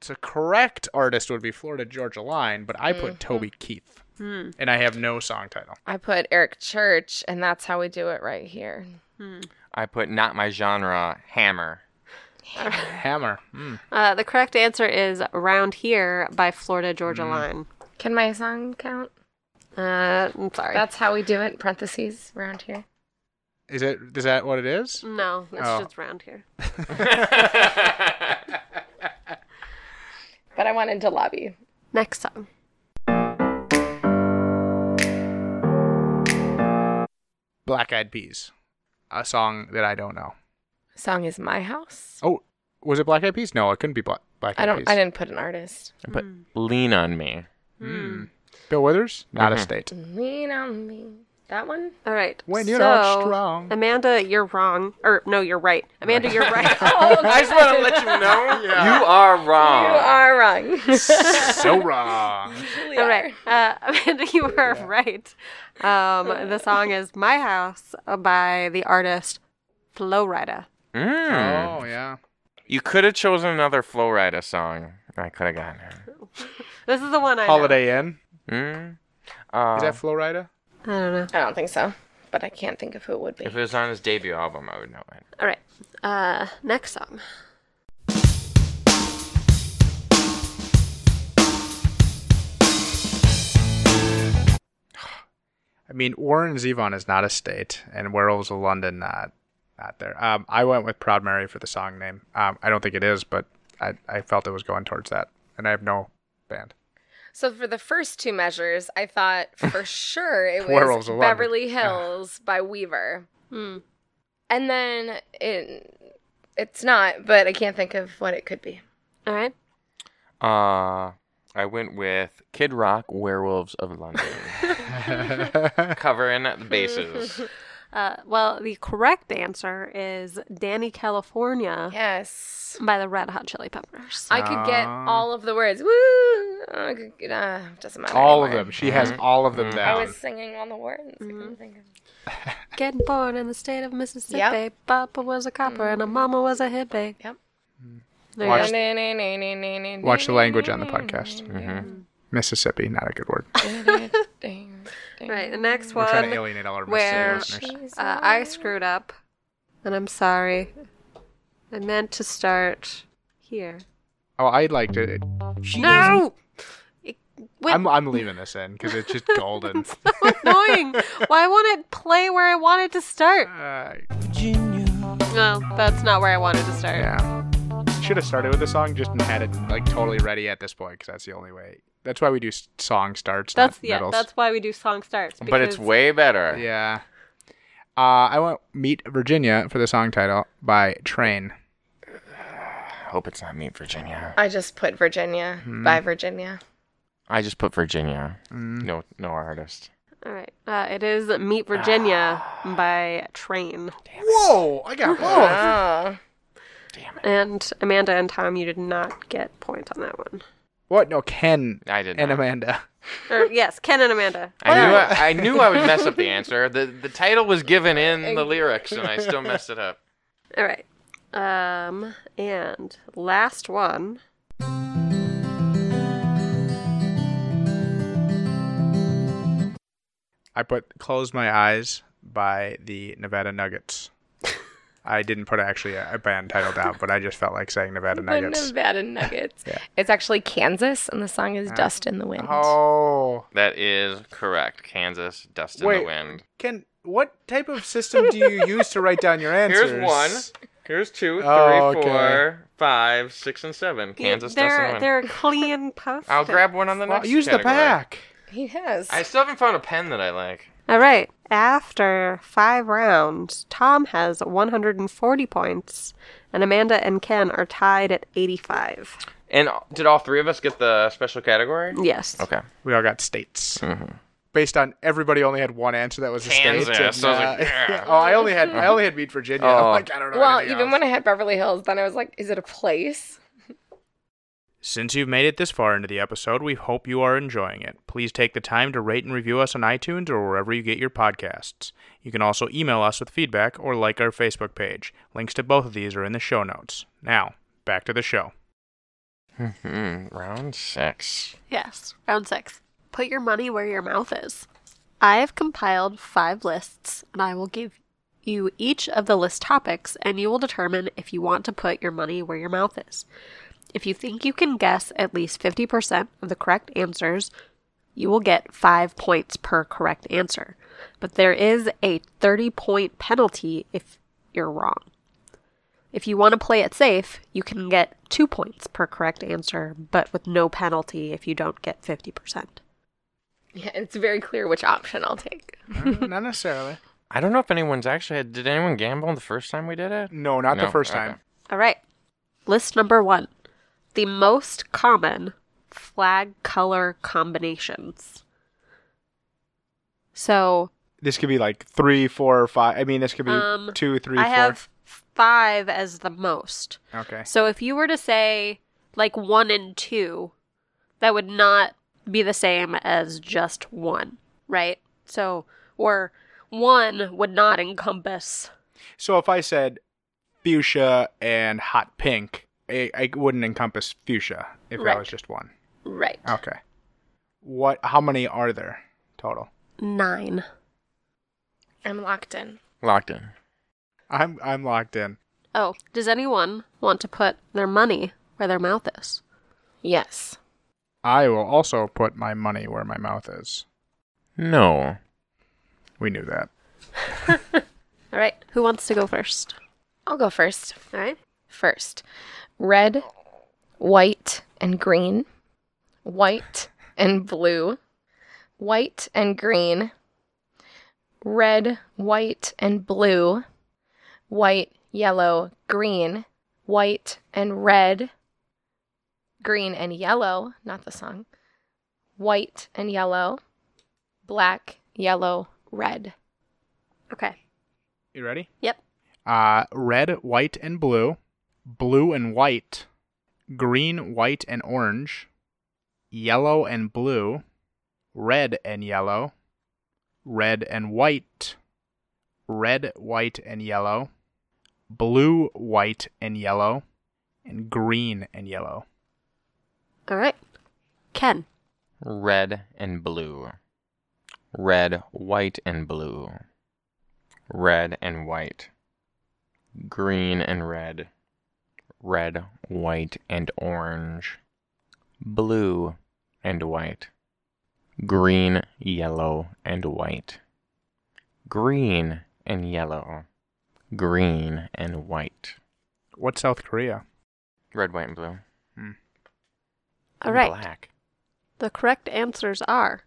So correct artist would be Florida Georgia Line, but I put Mm-hmm. Toby Keith, Hmm. and I have no song title. I put Eric Church, and that's how we do it right here. I put not my genre, hammer. Hammer. Hmm. Uh, the correct answer is Round Here by Florida Georgia Hmm. Line. Can my song count? Uh, I'm sorry. That's how we do it. Parentheses around here. Is it? Is that what it is? no, it's Oh. just Round Here. But I wanted to lobby. Next song. Black Eyed Peas, a song that I don't know. Song is my house. Oh, was it Black Eyed Peas? No, it couldn't be Black Black Eyed I don't. Peas. I didn't put an artist. I put Hmm. lean on me. Mm. Bill Withers, not a state. Lean on me. That one. All right. When you're so, not strong. Amanda, you're wrong. Or no, you're right. Amanda, you're right. Oh, I just want to let you know you are wrong. You are wrong. so wrong. All right. Uh, Amanda, you were right. Um, the song is My House by the artist Flowrider. Mm. Oh yeah. You could have chosen another Flo Rida song. I could have gotten her. This is the one I know. Holiday Inn. Mm. Uh, Is that Florida? I don't know. I don't think so, but I can't think of who it would be. if it was on his debut album, I would know it. All right. Uh, next song. I mean, Warren Zevon is not a state, and Werewolves of London not not there. Um, I went with Proud Mary for the song name. Um, I don't think it is, but I I felt it was going towards that, and I have no band. So for the first two measures, I thought for sure it was Werewolves of London. Beverly Hills by Weaver, Hmm. and then it it's not, but I can't think of what it could be. All right. Uh, I went with Kid Rock, Werewolves of London, covering the bases. Uh, well, the correct answer is Danny California Yes. by the Red Hot Chili Peppers. I could get Ah. all of the words. Woo! I could get- uh, doesn't matter. All of anymore. them. She has all of them I down. was singing all the words. I couldn't think of Getting born in the state of Mississippi. Yep. Papa was a copper and a mama was a hippie. Yep. There you Watch go. Watch the language on the Mm-hmm. podcast. Mississippi, not a good word. Right, the next We're trying one to alienate all our where- Mississippi listeners. uh, I screwed up, and I'm sorry. I meant to start here. Oh, I liked it. She doesn't- No, it went I'm, I'm leaving this in because it's just golden. so annoying. Why won't it play where I wanted to start? Uh, Virginia. No, that's not where I wanted to start. yeah. Should have started with the song, just had it like totally ready at this point because that's the only way. That's why we do s- song starts. That's not yeah. middles. That's why we do song starts. But it's because- way better. Yeah. Uh, I want Meet Virginia for the song title by Train. I hope it's not Meet Virginia. I just put Virginia Hmm. by Virginia. I just put Virginia. Mm. No, no artist. all right. Uh, it is "Meet Virginia" by Train. Whoa! I got both. Oh. And Amanda and Tom, you did not get point on that one. What? No, Ken I did and not. Amanda. Or yes, Ken and Amanda. I knew I, I knew I would mess up the answer. The the title was given in the lyrics, and I still messed it up. All right. Um, and last one. I put "Close My Eyes" by the Nevada Nuggets. I didn't put actually a, a band title down, but I just felt like saying Nevada The Nuggets. Nevada Nuggets. It's actually Kansas, and the song is Dust in the Wind. Ah. Oh, That is correct. Kansas, dust in Wait. the wind. Ken, what type of system do you use to write down your answers? Here's one. Here's two, three, four, Oh, five, okay. six, and seven. Kansas, dust in the They're wind. they're clean post. I'll grab one on the Well, next. use the category. pack. He has. I still haven't found a pen that I like. All right. After five rounds, Tom has 140 points, and Amanda and Ken are tied at 85. And did all three of us get the special category? Yes. Okay. We all got states. Based on everybody only had one answer that was a state. Kansas. I was like, yeah. oh, I only had I only had Meet Virginia. I'm Oh. like, I don't know. well, anything even else. when I had Beverly Hills, then I was like, is it a place? Since you've made it this far into the episode, we hope you are enjoying it. Please take the time to rate and review us on iTunes or wherever you get your podcasts. You can also email us with feedback or like our Facebook page. Links to both of these are in the show notes. Now, back to the show. Mhm, Round six. Yes. Round six. Put your money where your mouth is. I have compiled five lists, and I will give you each of the list topics, and you will determine if you want to put your money where your mouth is. If you think you can guess at least 50% of the correct answers, you will get five points per correct answer. But there is a 30 point penalty if you're wrong. If you want to play it safe, you can get two points per correct answer, but with no penalty if you don't get 50%. Yeah, it's very clear which option I'll take. Uh, Not necessarily. I don't know if anyone's actually had. Did anyone gamble the first time we did it? No, not the No, first okay. time. All right. List number one the most common flag color combinations. So This could be like three, four, five. I mean, this could be Um, two, three, four. I have five as the most. Okay. So if you were to say like one and two, that would not be the same as just one, right? So, or one would not encompass. So if I said fuchsia and hot pink, I, I wouldn't encompass fuchsia if that Right. was just one. Right. Okay. What? How many are there total? Nine. I'm locked in. Locked in. I'm I'm locked in. Oh, does anyone want to put their money where their mouth is? Yes. I will also put my money where my mouth is. No. We knew that. All right. Who wants to go first? I'll go first. All right. First, red, white, and green. White and blue. White and green. Red, white, and blue. White, yellow, green. White and red. Green and yellow, not the song. White and yellow. Black, yellow, red. Okay. You ready? Yep. Uh, red, white, and blue. Blue and white. Green, white, and orange. Yellow and blue. Red and yellow. Red and white. Red, white, and yellow. Blue, white, and yellow. And green and yellow. All right. Ken. Red and blue. Red, white, and blue. Red and white. Green and red. Red, white, and orange. Blue and white. Green, yellow, and white. Green and yellow. Green and white. What's South Korea? Red, white, and blue. All And right. Black. The correct answers are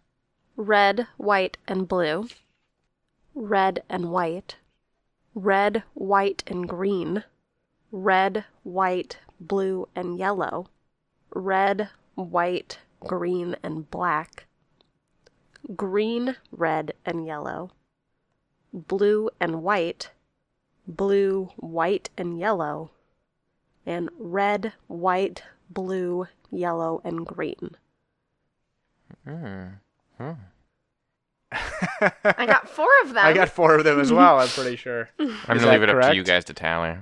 red, white, and blue, red and white, red, white, and green, red, white, blue, and yellow, red, white, green, and black, green, red, and yellow, blue and white, blue, white, and yellow, and red, white, blue, yellow, and green. Mm. Hmm. I got four of them. I got four of them as well, I'm pretty sure. I'm Is gonna leave that it up to you correct? guys to tally.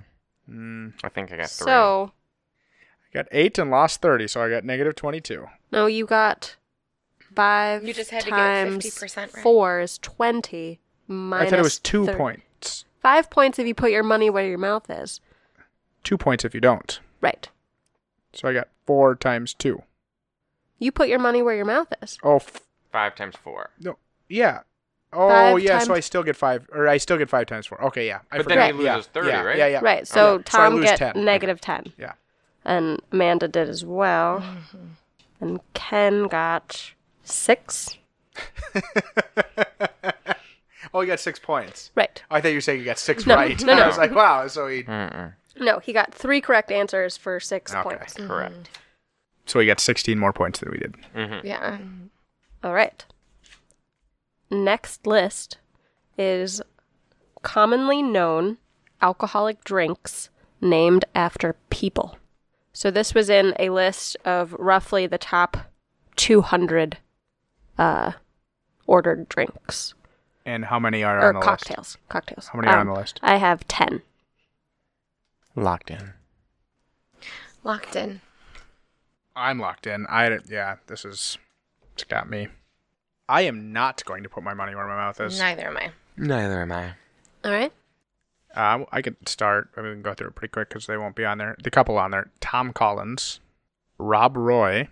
Mm, I think I got three. So, I got eight and lost 30, so I got negative 22. no, you got five You just had to get times 50% right. four is 20 minus I thought it was two thir- points. Five points if you put your money where your mouth is. Two points if you don't. Right. So I got four times two. You put your money where your mouth is. Oh, f- Five times four. no. Yeah. Oh, Five yeah. So times- I still get five, or I still get five times four. Okay, yeah. I But then forgot. he loses yeah. 30, yeah, right? Yeah, yeah. Right. So Okay. I Tom lose get 10. negative 10. Yeah. And Amanda did as well. Mm-hmm. And Ken got six. oh, you got six points. Oh, Right. I thought you were saying you got six No, right. no, no. I was like, wow. So he. Mm-mm. No, he got three correct answers for six Okay. points. Correct. So he got 16 more points than we did. Mm-hmm. Yeah. All right. Next list is commonly known alcoholic drinks named after people. So this was in a list of roughly the top 200 uh, ordered drinks And how many are or on the list? cocktails. Cocktails. Um, How many are on the list? I have 10. Locked in. Locked in. I'm locked in. I yeah, this is it's got me. I am not going to put my money where my mouth is. Neither am I. Neither am I. All right. Uh, I can start. I mean, we can go through it pretty quick because they won't be on there. The couple on there: Tom Collins, Rob Roy,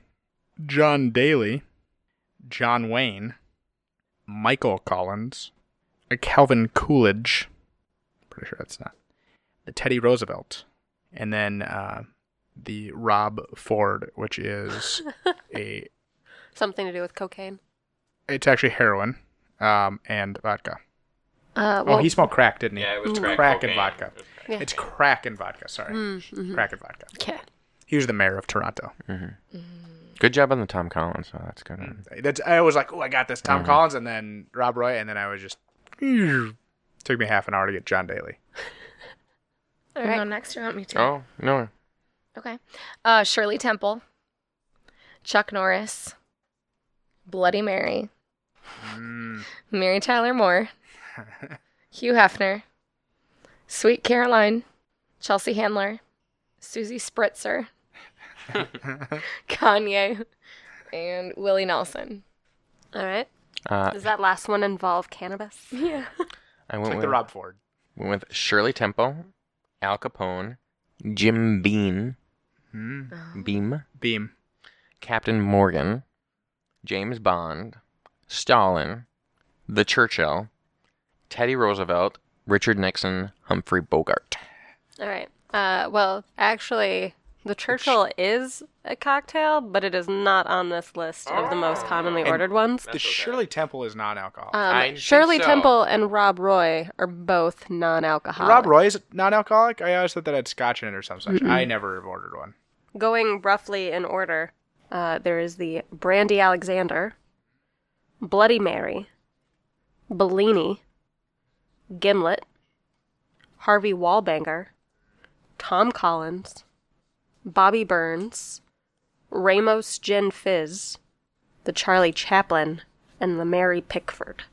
John Daly, John Wayne, Michael Collins, uh, Calvin Coolidge. Pretty sure that's not the Teddy Roosevelt, and then uh, the Rob Ford, which is a Something to do with cocaine. it's actually heroin um, and vodka. Uh, oh, he smoked crack, didn't he? it was crack, and vodka. Yeah. Mm. It's crack and vodka. Sorry, mm-hmm. crack and vodka. Okay. He was the mayor of Toronto. Good job on the Tom Collins. Oh, that's good. That's I was like, oh, I got this. Tom Collins, and then Rob Roy, and then I was just took me half an hour to get John Daly. All No, right. next you want me to? Oh no. Okay. Uh, Shirley Temple, Chuck Norris, Bloody Mary, Mary Tyler Moore, Hugh Hefner, Sweet Caroline, Chelsea Handler, Susie Spritzer, Kanye, and Willie Nelson. All right. Uh, Does that last one involve cannabis? Yeah. I It's went like with, the Rob Ford. went with Shirley Temple, Al Capone, Jim Beam, Mm. Beam, Beam. Captain Morgan, James Bond, Stalin, the Churchill, Teddy Roosevelt, Richard Nixon, Humphrey Bogart. All right. Uh, well, actually, the Churchill is a cocktail, but it is not on this list of the most commonly ordered ones. the Shirley Temple is non-alcohol. I Um, think Shirley so. Temple and Rob Roy are both Uh-huh. non-alcoholic. Rob Roy is non-alcoholic. I always thought that had scotch in it or some such. Mm-hmm. I never have ordered one. Going roughly in order, uh, there is the Brandy Alexander, Bloody Mary, Bellini, Gimlet, Harvey Wallbanger, Tom Collins, Bobby Burns, Ramos Gin Fizz, the Charlie Chaplin, and the Mary Pickford.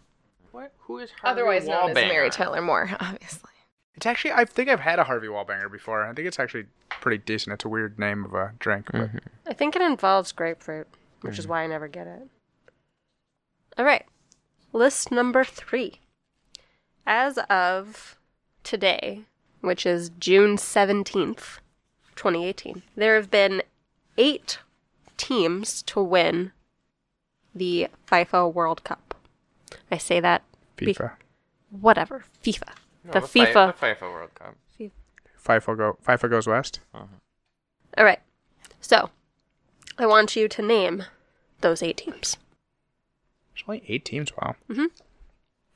What? Who is Otherwise known as Mary Tyler Moore, obviously. It's actually, I think I've had a Harvey Wallbanger before. I think it's actually pretty decent. It's a weird name of a drink, but I think it involves grapefruit, which Mm-hmm. is why I never get it. All right. List number three. As of today, which is June 17th, 2018, there have been eight teams to win the FIFA World Cup. I say that be- FIFA. whatever. FIFA. the, FIFA. the FIFA World Cup. FIFA, go, FIFA goes west. All right. So, I want you to name those eight teams. There's only eight teams. Wow.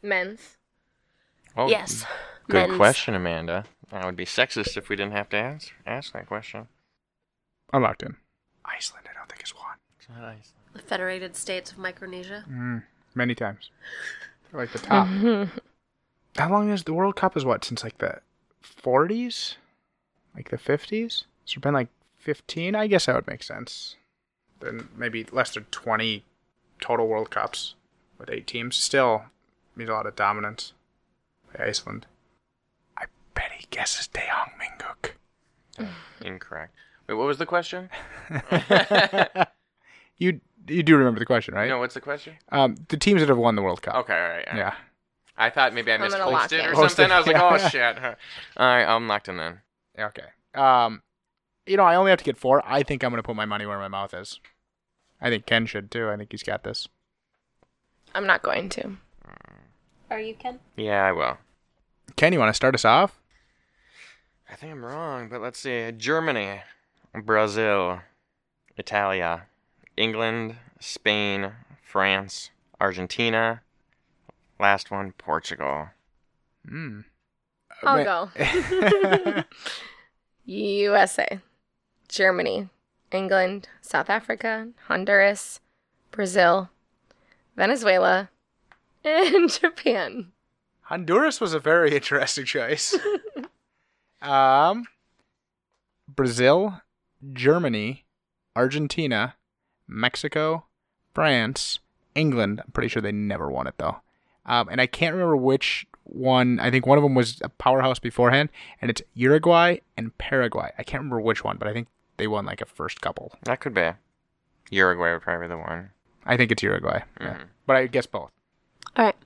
Men's. Oh, yes. Good Men's. question, Amanda. I would be sexist if we didn't have to ask ask that question. I'm locked in. Iceland, I don't think is one. It's not nice. The Federated States of Micronesia. Mm, Many times. They're like the top. Mm-hmm. How long is the World Cup? Is what since like the 40s, like the 50s? So it's been like 15. I guess that would make sense. Then maybe less than 20 total World Cups with eight teams. Still means a lot of dominance by Iceland. I bet he guesses Dehong Minguk. Incorrect. Wait, what was the question? You you do remember the question, right? No, what's the question? Um, the teams that have won the World Cup. Okay, all right. all right. Yeah. I thought maybe I I'm gonna lock misplaced it in. or Hosted, something. I was like, yeah. oh shit. All right, I'm locked in then. Okay. Um, you know, I only have to get four. I think I'm gonna put my money where my mouth is. I think Ken should too. I think he's got this. I'm not going to. Are you Ken? Yeah, I will. Ken, you want to start us off? I think I'm wrong, but let's see. Germany, Brazil, Italia, England, Spain, France, Argentina. Last one, Portugal. Hmm. I'll Ma- go. USA, Germany, England, South Africa, Honduras, Brazil, Venezuela, and Japan. Honduras was a very interesting choice. um, Brazil, Germany, Argentina, Mexico, France, England. I'm pretty sure they never won it though. Um, and I can't remember which one. I think one of them was a powerhouse beforehand, and it's Uruguay and Paraguay. I can't remember which one, but I think they won like a first couple. That could be. Uruguay would probably be the one. I think it's Uruguay, Yeah. Mhm. but I guess both. All right.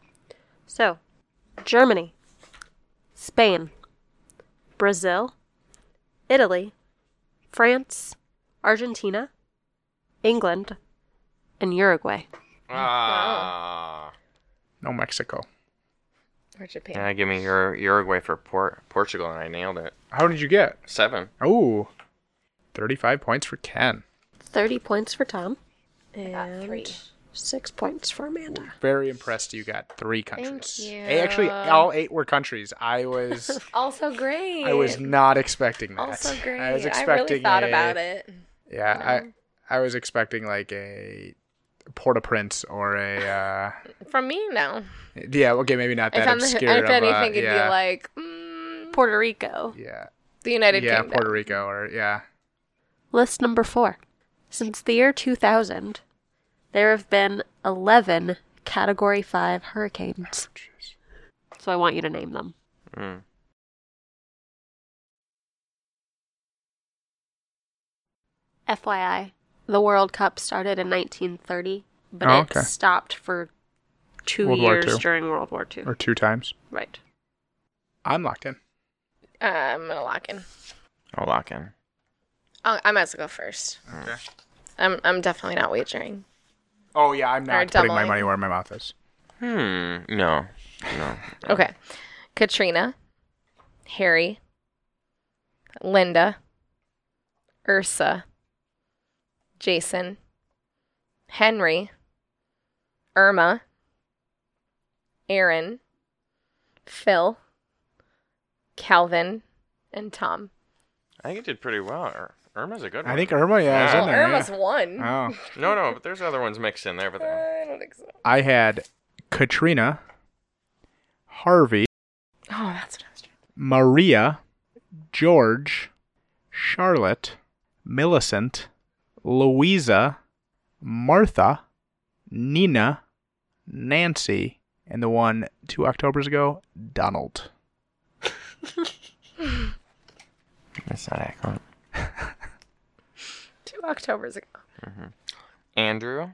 So, Germany, Spain, Brazil, Italy, France, Argentina, England, and Uruguay. Oh. Ah. No Mexico. Or Japan. Yeah, give me Ur- Uruguay for Por- Portugal, and I nailed it. How did you get? Seven. Oh, 35 points for Ken. 30 points for Tom. And three. six points for Amanda. very impressed you got three countries. you. Eh, Actually, all eight were countries. I was Also great. I was not expecting that. also great. I I, was expecting really thought a- about it. Yeah, I I was expecting like a Port-au-Prince or a From me, no. uh, yeah. Okay, maybe not that If, I'm the, obscure. if of, uh, anything, it'd yeah, be like mm, Puerto Rico. yeah, the United yeah, Kingdom. Puerto Rico or yeah. List number four. Since the year 2000, there have been 11 Category 5 hurricanes. Jeez. So I want you to name them. Mm. FYI, the World Cup started in 1930, but Oh, it okay. stopped for two World War years II. during World War II. Or two times. Right. I'm locked in. Uh, I'm gonna lock in. I'll lock in. I'll, I might as well go first. Okay. I'm I'm definitely not wagering. Oh yeah, I'm Or not putting my doubling. money where my mouth is. Hmm. No. No. Okay, Katrina, Harry, Linda, Ursa, Jason, Henry, Irma, Aaron, Phil, Calvin, and Tom. I think it did pretty well. Ir- Irma's a good one. I think Irma yeah, is Oh, in there. yeah. Irma's one. Oh. No, no, but there's other ones mixed in there, but they're- I don't think so. I had Katrina, Harvey, Oh, that's what I was trying. Maria, George, Charlotte, Millicent, Louisa, Martha, Nina, Nancy, and the one two Octobers ago, Donald. That's not accurate. Two Octobers ago. Andrew,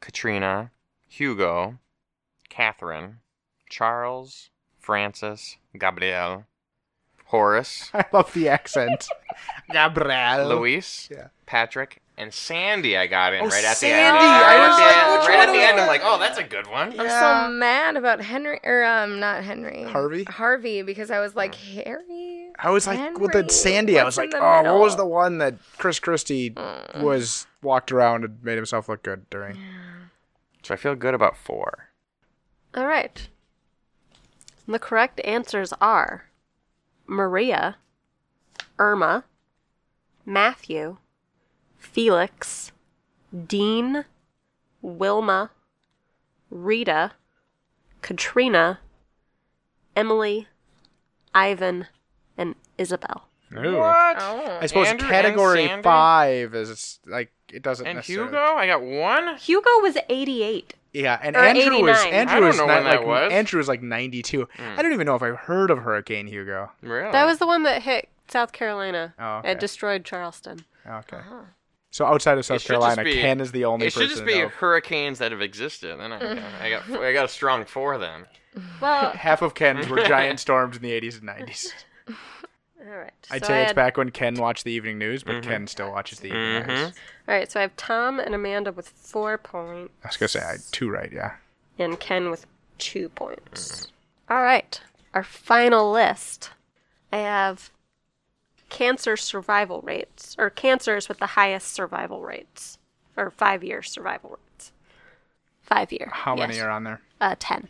Katrina, Hugo, Catherine, Charles, Francis, Gabriel, Horace, I love the accent. Gabriel. Luis, Yeah. Patrick, and Sandy. I got in Oh, right at the end. Sandy! I Right at was the like, end- which right one at the was end, that? I'm like, oh, that's a good one. Yeah. I'm so mad about Henry or um not Henry. Harvey? Harvey because I was like Harry. I was like with the Henry, Sandy. I what's was in like, the oh, what was middle?" Mm. the one that Chris Christie was walked around and made himself look good during? So I feel good about four. All right. The correct answers are Maria, Irma, Matthew, Felix, Dean, Wilma, Rita, Katrina, Emily, Ivan, and Isabel. What? Oh. I suppose Uh, Andrew and category Sandy? five is like it doesn't. And necessarily- Hugo, I got one. Hugo was 88. Yeah, and Or Andrew was 89. Andrew I don't was know not when that like was. Hmm. Andrew was like ninety two. I don't even know if I've heard of Hurricane Hugo. Really? That was the one that hit South Carolina. Oh, okay. It destroyed Charleston. Okay. So outside of South Uh-huh. It should just Carolina, be- Ken is the only It should person. just be of- hurricanes that have existed. Then I got, I got I got a strong four then. Well, Half of Ken's were giant storms in the eighties and nineties. all right. I'd So say I it's had- back when Ken watched the evening news, Mm-hmm. but Ken still watches the evening news. All right, so I have Tom and Amanda with four points I was gonna say I two right, yeah. and Ken with two points. All right, our final list. I have cancer survival rates, or cancers with the highest survival rates, or five year survival rates. Five year. How many yes. are on there? Uh, ten.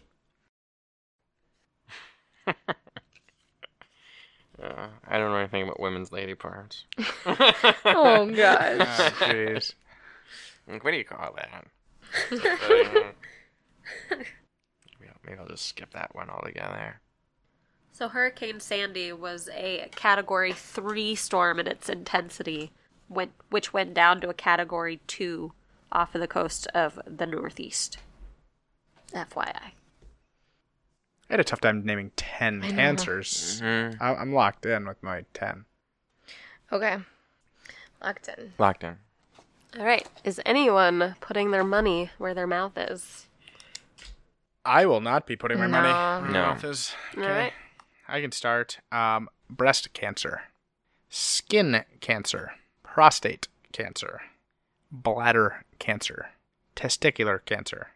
Uh, I don't know anything about women's lady parts. Oh gosh. Oh, Jeez. Like, what do you call that? Uh, maybe I'll- maybe I'll just skip that one altogether. So Hurricane Sandy was a Category 3 storm in its intensity, went, which went down to a Category 2 off of the coast of the Northeast. FYI. I had a tough time naming ten cancers. Mm-hmm. I- I'm locked in with my ten. Okay. Locked in. Locked in. All right. Is anyone putting their money where their mouth is? I will not be putting my money. No. where my No. mouth is. All Okay. right. I can start. Um, breast cancer, skin cancer, prostate cancer, bladder cancer, testicular cancer,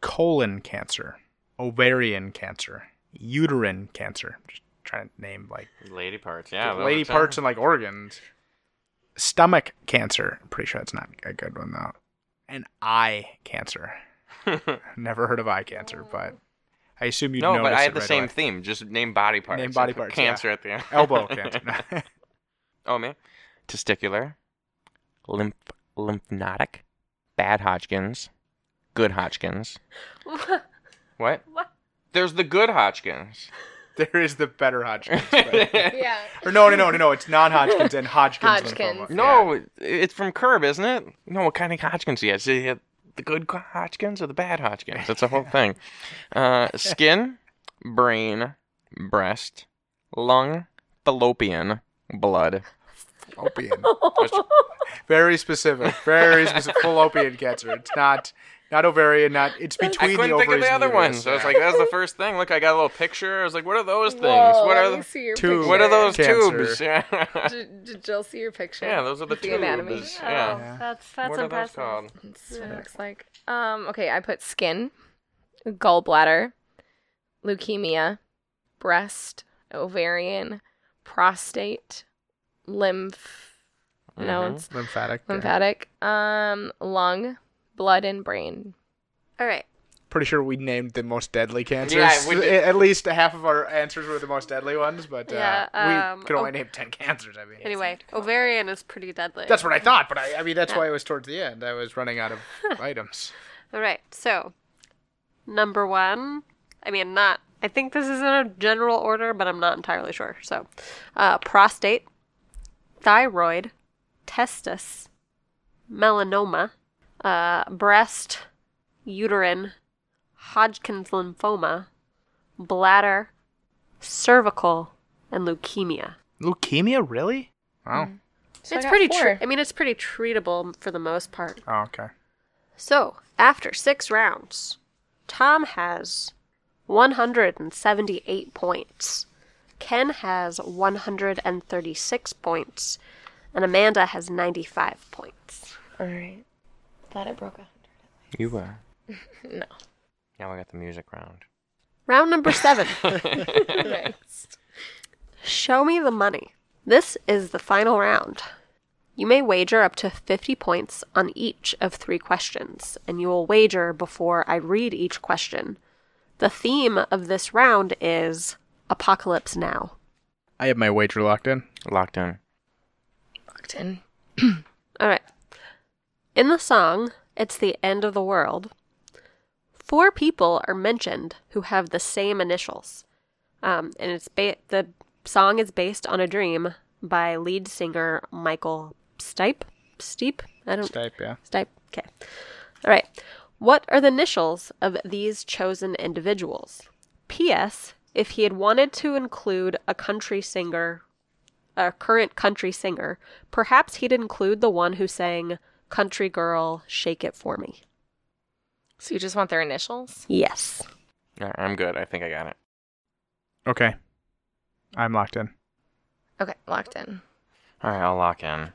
colon cancer, ovarian cancer, uterine cancer. Just trying to name like Lady parts, yeah. those lady are- parts and like organs. Stomach cancer. I'm pretty sure that's not a good one though. And eye cancer. Never heard of eye cancer, but I assume you no, know. but I had the same theme. Just name body parts. Name I body put parts, yeah. Cancer at the end. Elbow cancer. Oh man, testicular, lymph lymphatic, bad Hodgkins, good Hodgkins. what? What? There's the good Hodgkins. There is the better Hodgkin's. but- no, Yeah. or no, no, no, no, no. It's non-Hodgkin's and Hodgkin's. Hodgkin's. lymphoma. it's from Curb, isn't it? You know what kind of Hodgkins he has? He had the good Hodgkins or the bad Hodgkins? That's the whole thing. Uh, skin, brain, breast, lung, fallopian, blood. Yeah. Fallopian. Very specific. Very specific. Fallopian cancer. It's not, not ovarian. Not. It's I between the couldn't ovaries. think of the and other one, uterus. so I was Yeah. like, that was the first thing. Look, I got a little picture. I was like, what are those things? Whoa, what let are me the- see your Two. picture. What are those Cancer. tubes? Yeah. Did, did Jill see your picture? yeah, those are the, The tubes. anatomy. Yeah. That's, that's what are those called? That's what it looks like. Um, okay, I put skin, gallbladder, leukemia, breast, ovarian, prostate, lymph. No, Mhm. it's lymphatic. yeah. lymphatic. Um, lung, blood, and brain. All right. Pretty sure we named the most deadly cancers. we did. A- At least half of our answers were the most deadly ones, but uh, Yeah, um, we could only oh. name ten cancers. I mean, Anyway, ovarian is pretty deadly. that's what I thought, but I, I mean that's why it was towards the end. I was running out of items. All right. So, number one, I mean, not I think this is in a general order, but I'm not entirely sure. So, uh, prostate, thyroid, testis, melanoma, uh, breast, uterine, Hodgkin's lymphoma, bladder, cervical, and leukemia. Leukemia, really? Wow. So I it's got pretty. four. Tre- I mean, it's pretty treatable for the most part. Oh, okay. So, after six rounds, Tom has 178 points, Ken has 136 points, and Amanda has 95 points. All right. Thought it broke a hundred. You were. No. Now we got the music round. Round number seven Next. Show me the money. This is the final round. You may wager up to 50 points on each of three questions, and you will wager before I read each question. The theme of this round is Apocalypse Now. I have my wager locked in. Locked in. Locked in. All right. In the song, It's the End of the World, four people are mentioned who have the same initials. Um, and it's ba- the song is based on a dream by lead singer Michael Stipe. Steep? I don't Skype, yeah. Stipe. Okay. All right. What are the initials of these chosen individuals? P.S. If he had wanted to include a country singer, a current country singer, perhaps he'd include the one who sang Country Girl, Shake It For Me. So you just want their initials? Yes. Yeah, I'm good. I think I got it. Okay. I'm locked in. Okay, locked in. All right, I'll lock in.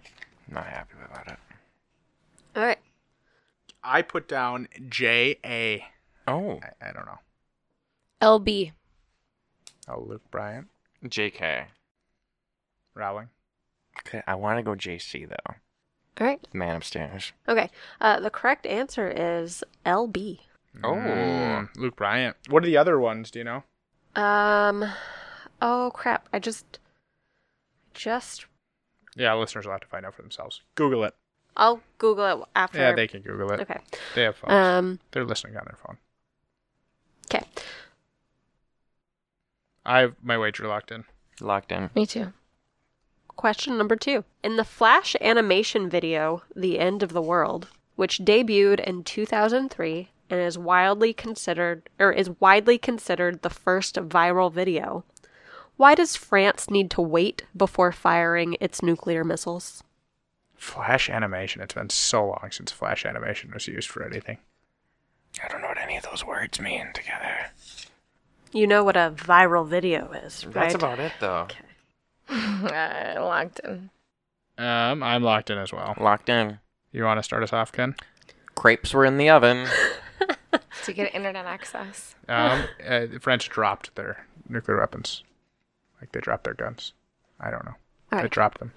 Not happy about it. All right. I put down J A. Oh, I, I don't know. LB. Oh, Luke Bryant, JK. Rowling. Okay, I want to go JC though. All right. The man upstairs. Okay. Uh, the correct answer is LB. Oh. Mm, Luke Bryant. What are the other ones? Do you know? Um. Oh crap! I just, just. Yeah, listeners will have to find out for themselves. Google it. I'll Google it after. Yeah, they can Google it. Okay. They have phones. Um. They're listening on their phone. Okay. I have my wager locked in. Locked in. Me too. Question number two. In the Flash animation video, The End of the World, which debuted in 2003 and is wildly considered or is widely considered the first viral video, why does France need to wait before firing its nuclear missiles? Flash animation. It's been so long since Flash animation was used for anything. I don't know what any of those words mean together. You know what a viral video is, right? That's about it though. Uh, locked in. Um, I'm locked in as well. Locked in. You want to start us off, Ken? Crepes were in the oven. To get internet access. Um, uh, the French dropped their nuclear weapons, like they dropped their guns. I don't know. They All right. dropped them.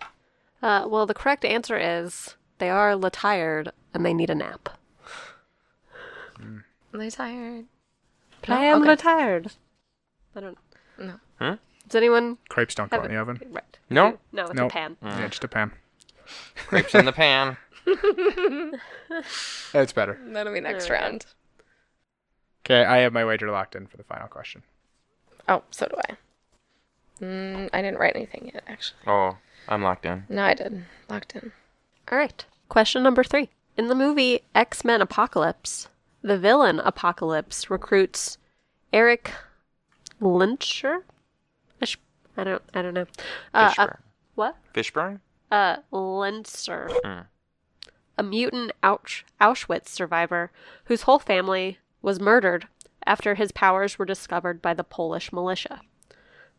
Uh, well, the correct answer is they are la tired and they need a nap. Are they tired? I am okay. la tired. I don't. No. Hmm? Does anyone? Crepes don't go in the oven. Right. No. No, it's Nope. a pan. Mm. Yeah, just a pan. Crepes in the pan. It's better. That'll be next There we go. round. Okay, I have my wager locked in for the final question. Oh, so do I. Mm, I didn't write anything yet, actually. Oh, I'm locked in. No, I did. Locked in. All right. Question number three. In the movie X Men Apocalypse, the villain Apocalypse recruits Eric Lyncher. Ish- I don't. I don't know. Uh, uh, Fishburne. what? Fishburne? Uh, Lenser. Mm. a mutant Ausch- Auschwitz survivor whose whole family was murdered after his powers were discovered by the Polish militia.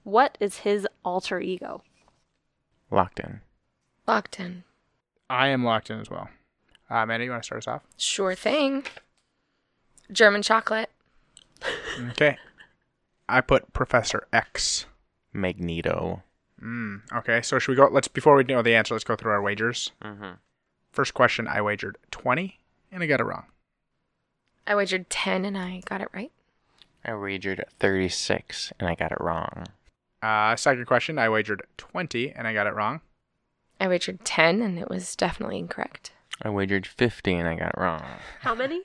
What is his alter ego? Locked in. Locked in. I am locked in as well. Uh, Amanda, you want to start us off? Sure thing. German chocolate. Okay. I put Professor X. Magneto. Mm, okay, so should we go? Let's before we know the answer, let's go through our wagers. Mm-hmm. First question, I wagered twenty, and I got it wrong. I wagered 10 and I got it right. I wagered 36 and I got it wrong. Uh, second question, I wagered twenty, and I got it wrong. I wagered 10 and it was definitely incorrect. I wagered 50 and I got it wrong. How many?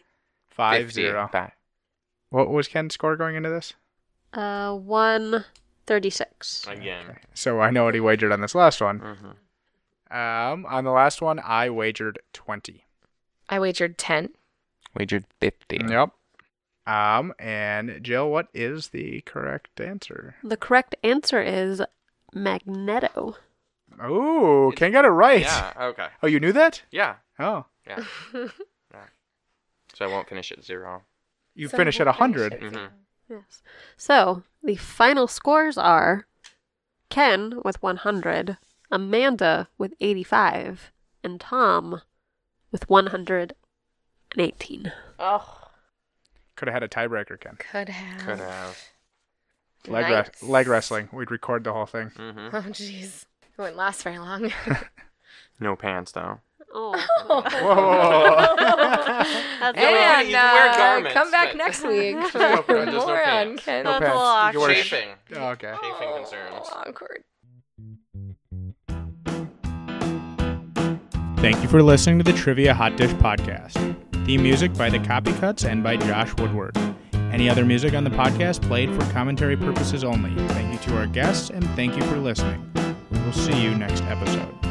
Five 50. zero. That- What was Ken's score going into this? Uh, 136. Again. Mm-hmm. So I know what he wagered on this last one. Um, on the last one, I wagered 20. I wagered 10. Wagered 50. Yep. Um, and Jill, what is the correct answer? The correct answer is Magneto. Ooh, Ken got it right. Yeah, okay. Oh, you knew that? Yeah, Oh. yeah. Yeah. So I won't finish at zero. You So finish at we'll a finish 100. it. Mhm. Yes. So the final scores are Ken with 100, Amanda with 85, and Tom with 118. Oh, Could have had a tiebreaker, Ken. could have. Could have. Leg, Nice. wres- leg wrestling. We'd record the whole thing. hmm Oh, jeez. It wouldn't last very long. No pants, though. Oh, Whoa. that's Hey, a- you can wear uh, garments, come back but- next week for No pants, no more on pants. Ken. No That's a little pants. You can wear sh- Chafing. Oh, okay. Chafing Oh, concerns. Awkward. Thank you for listening to the Trivia Hot Dish Podcast. Theme music by The Copycuts and by Josh Woodward. Any other music on the podcast played for commentary purposes only. Thank you to our guests and thank you for listening. We will see you next episode.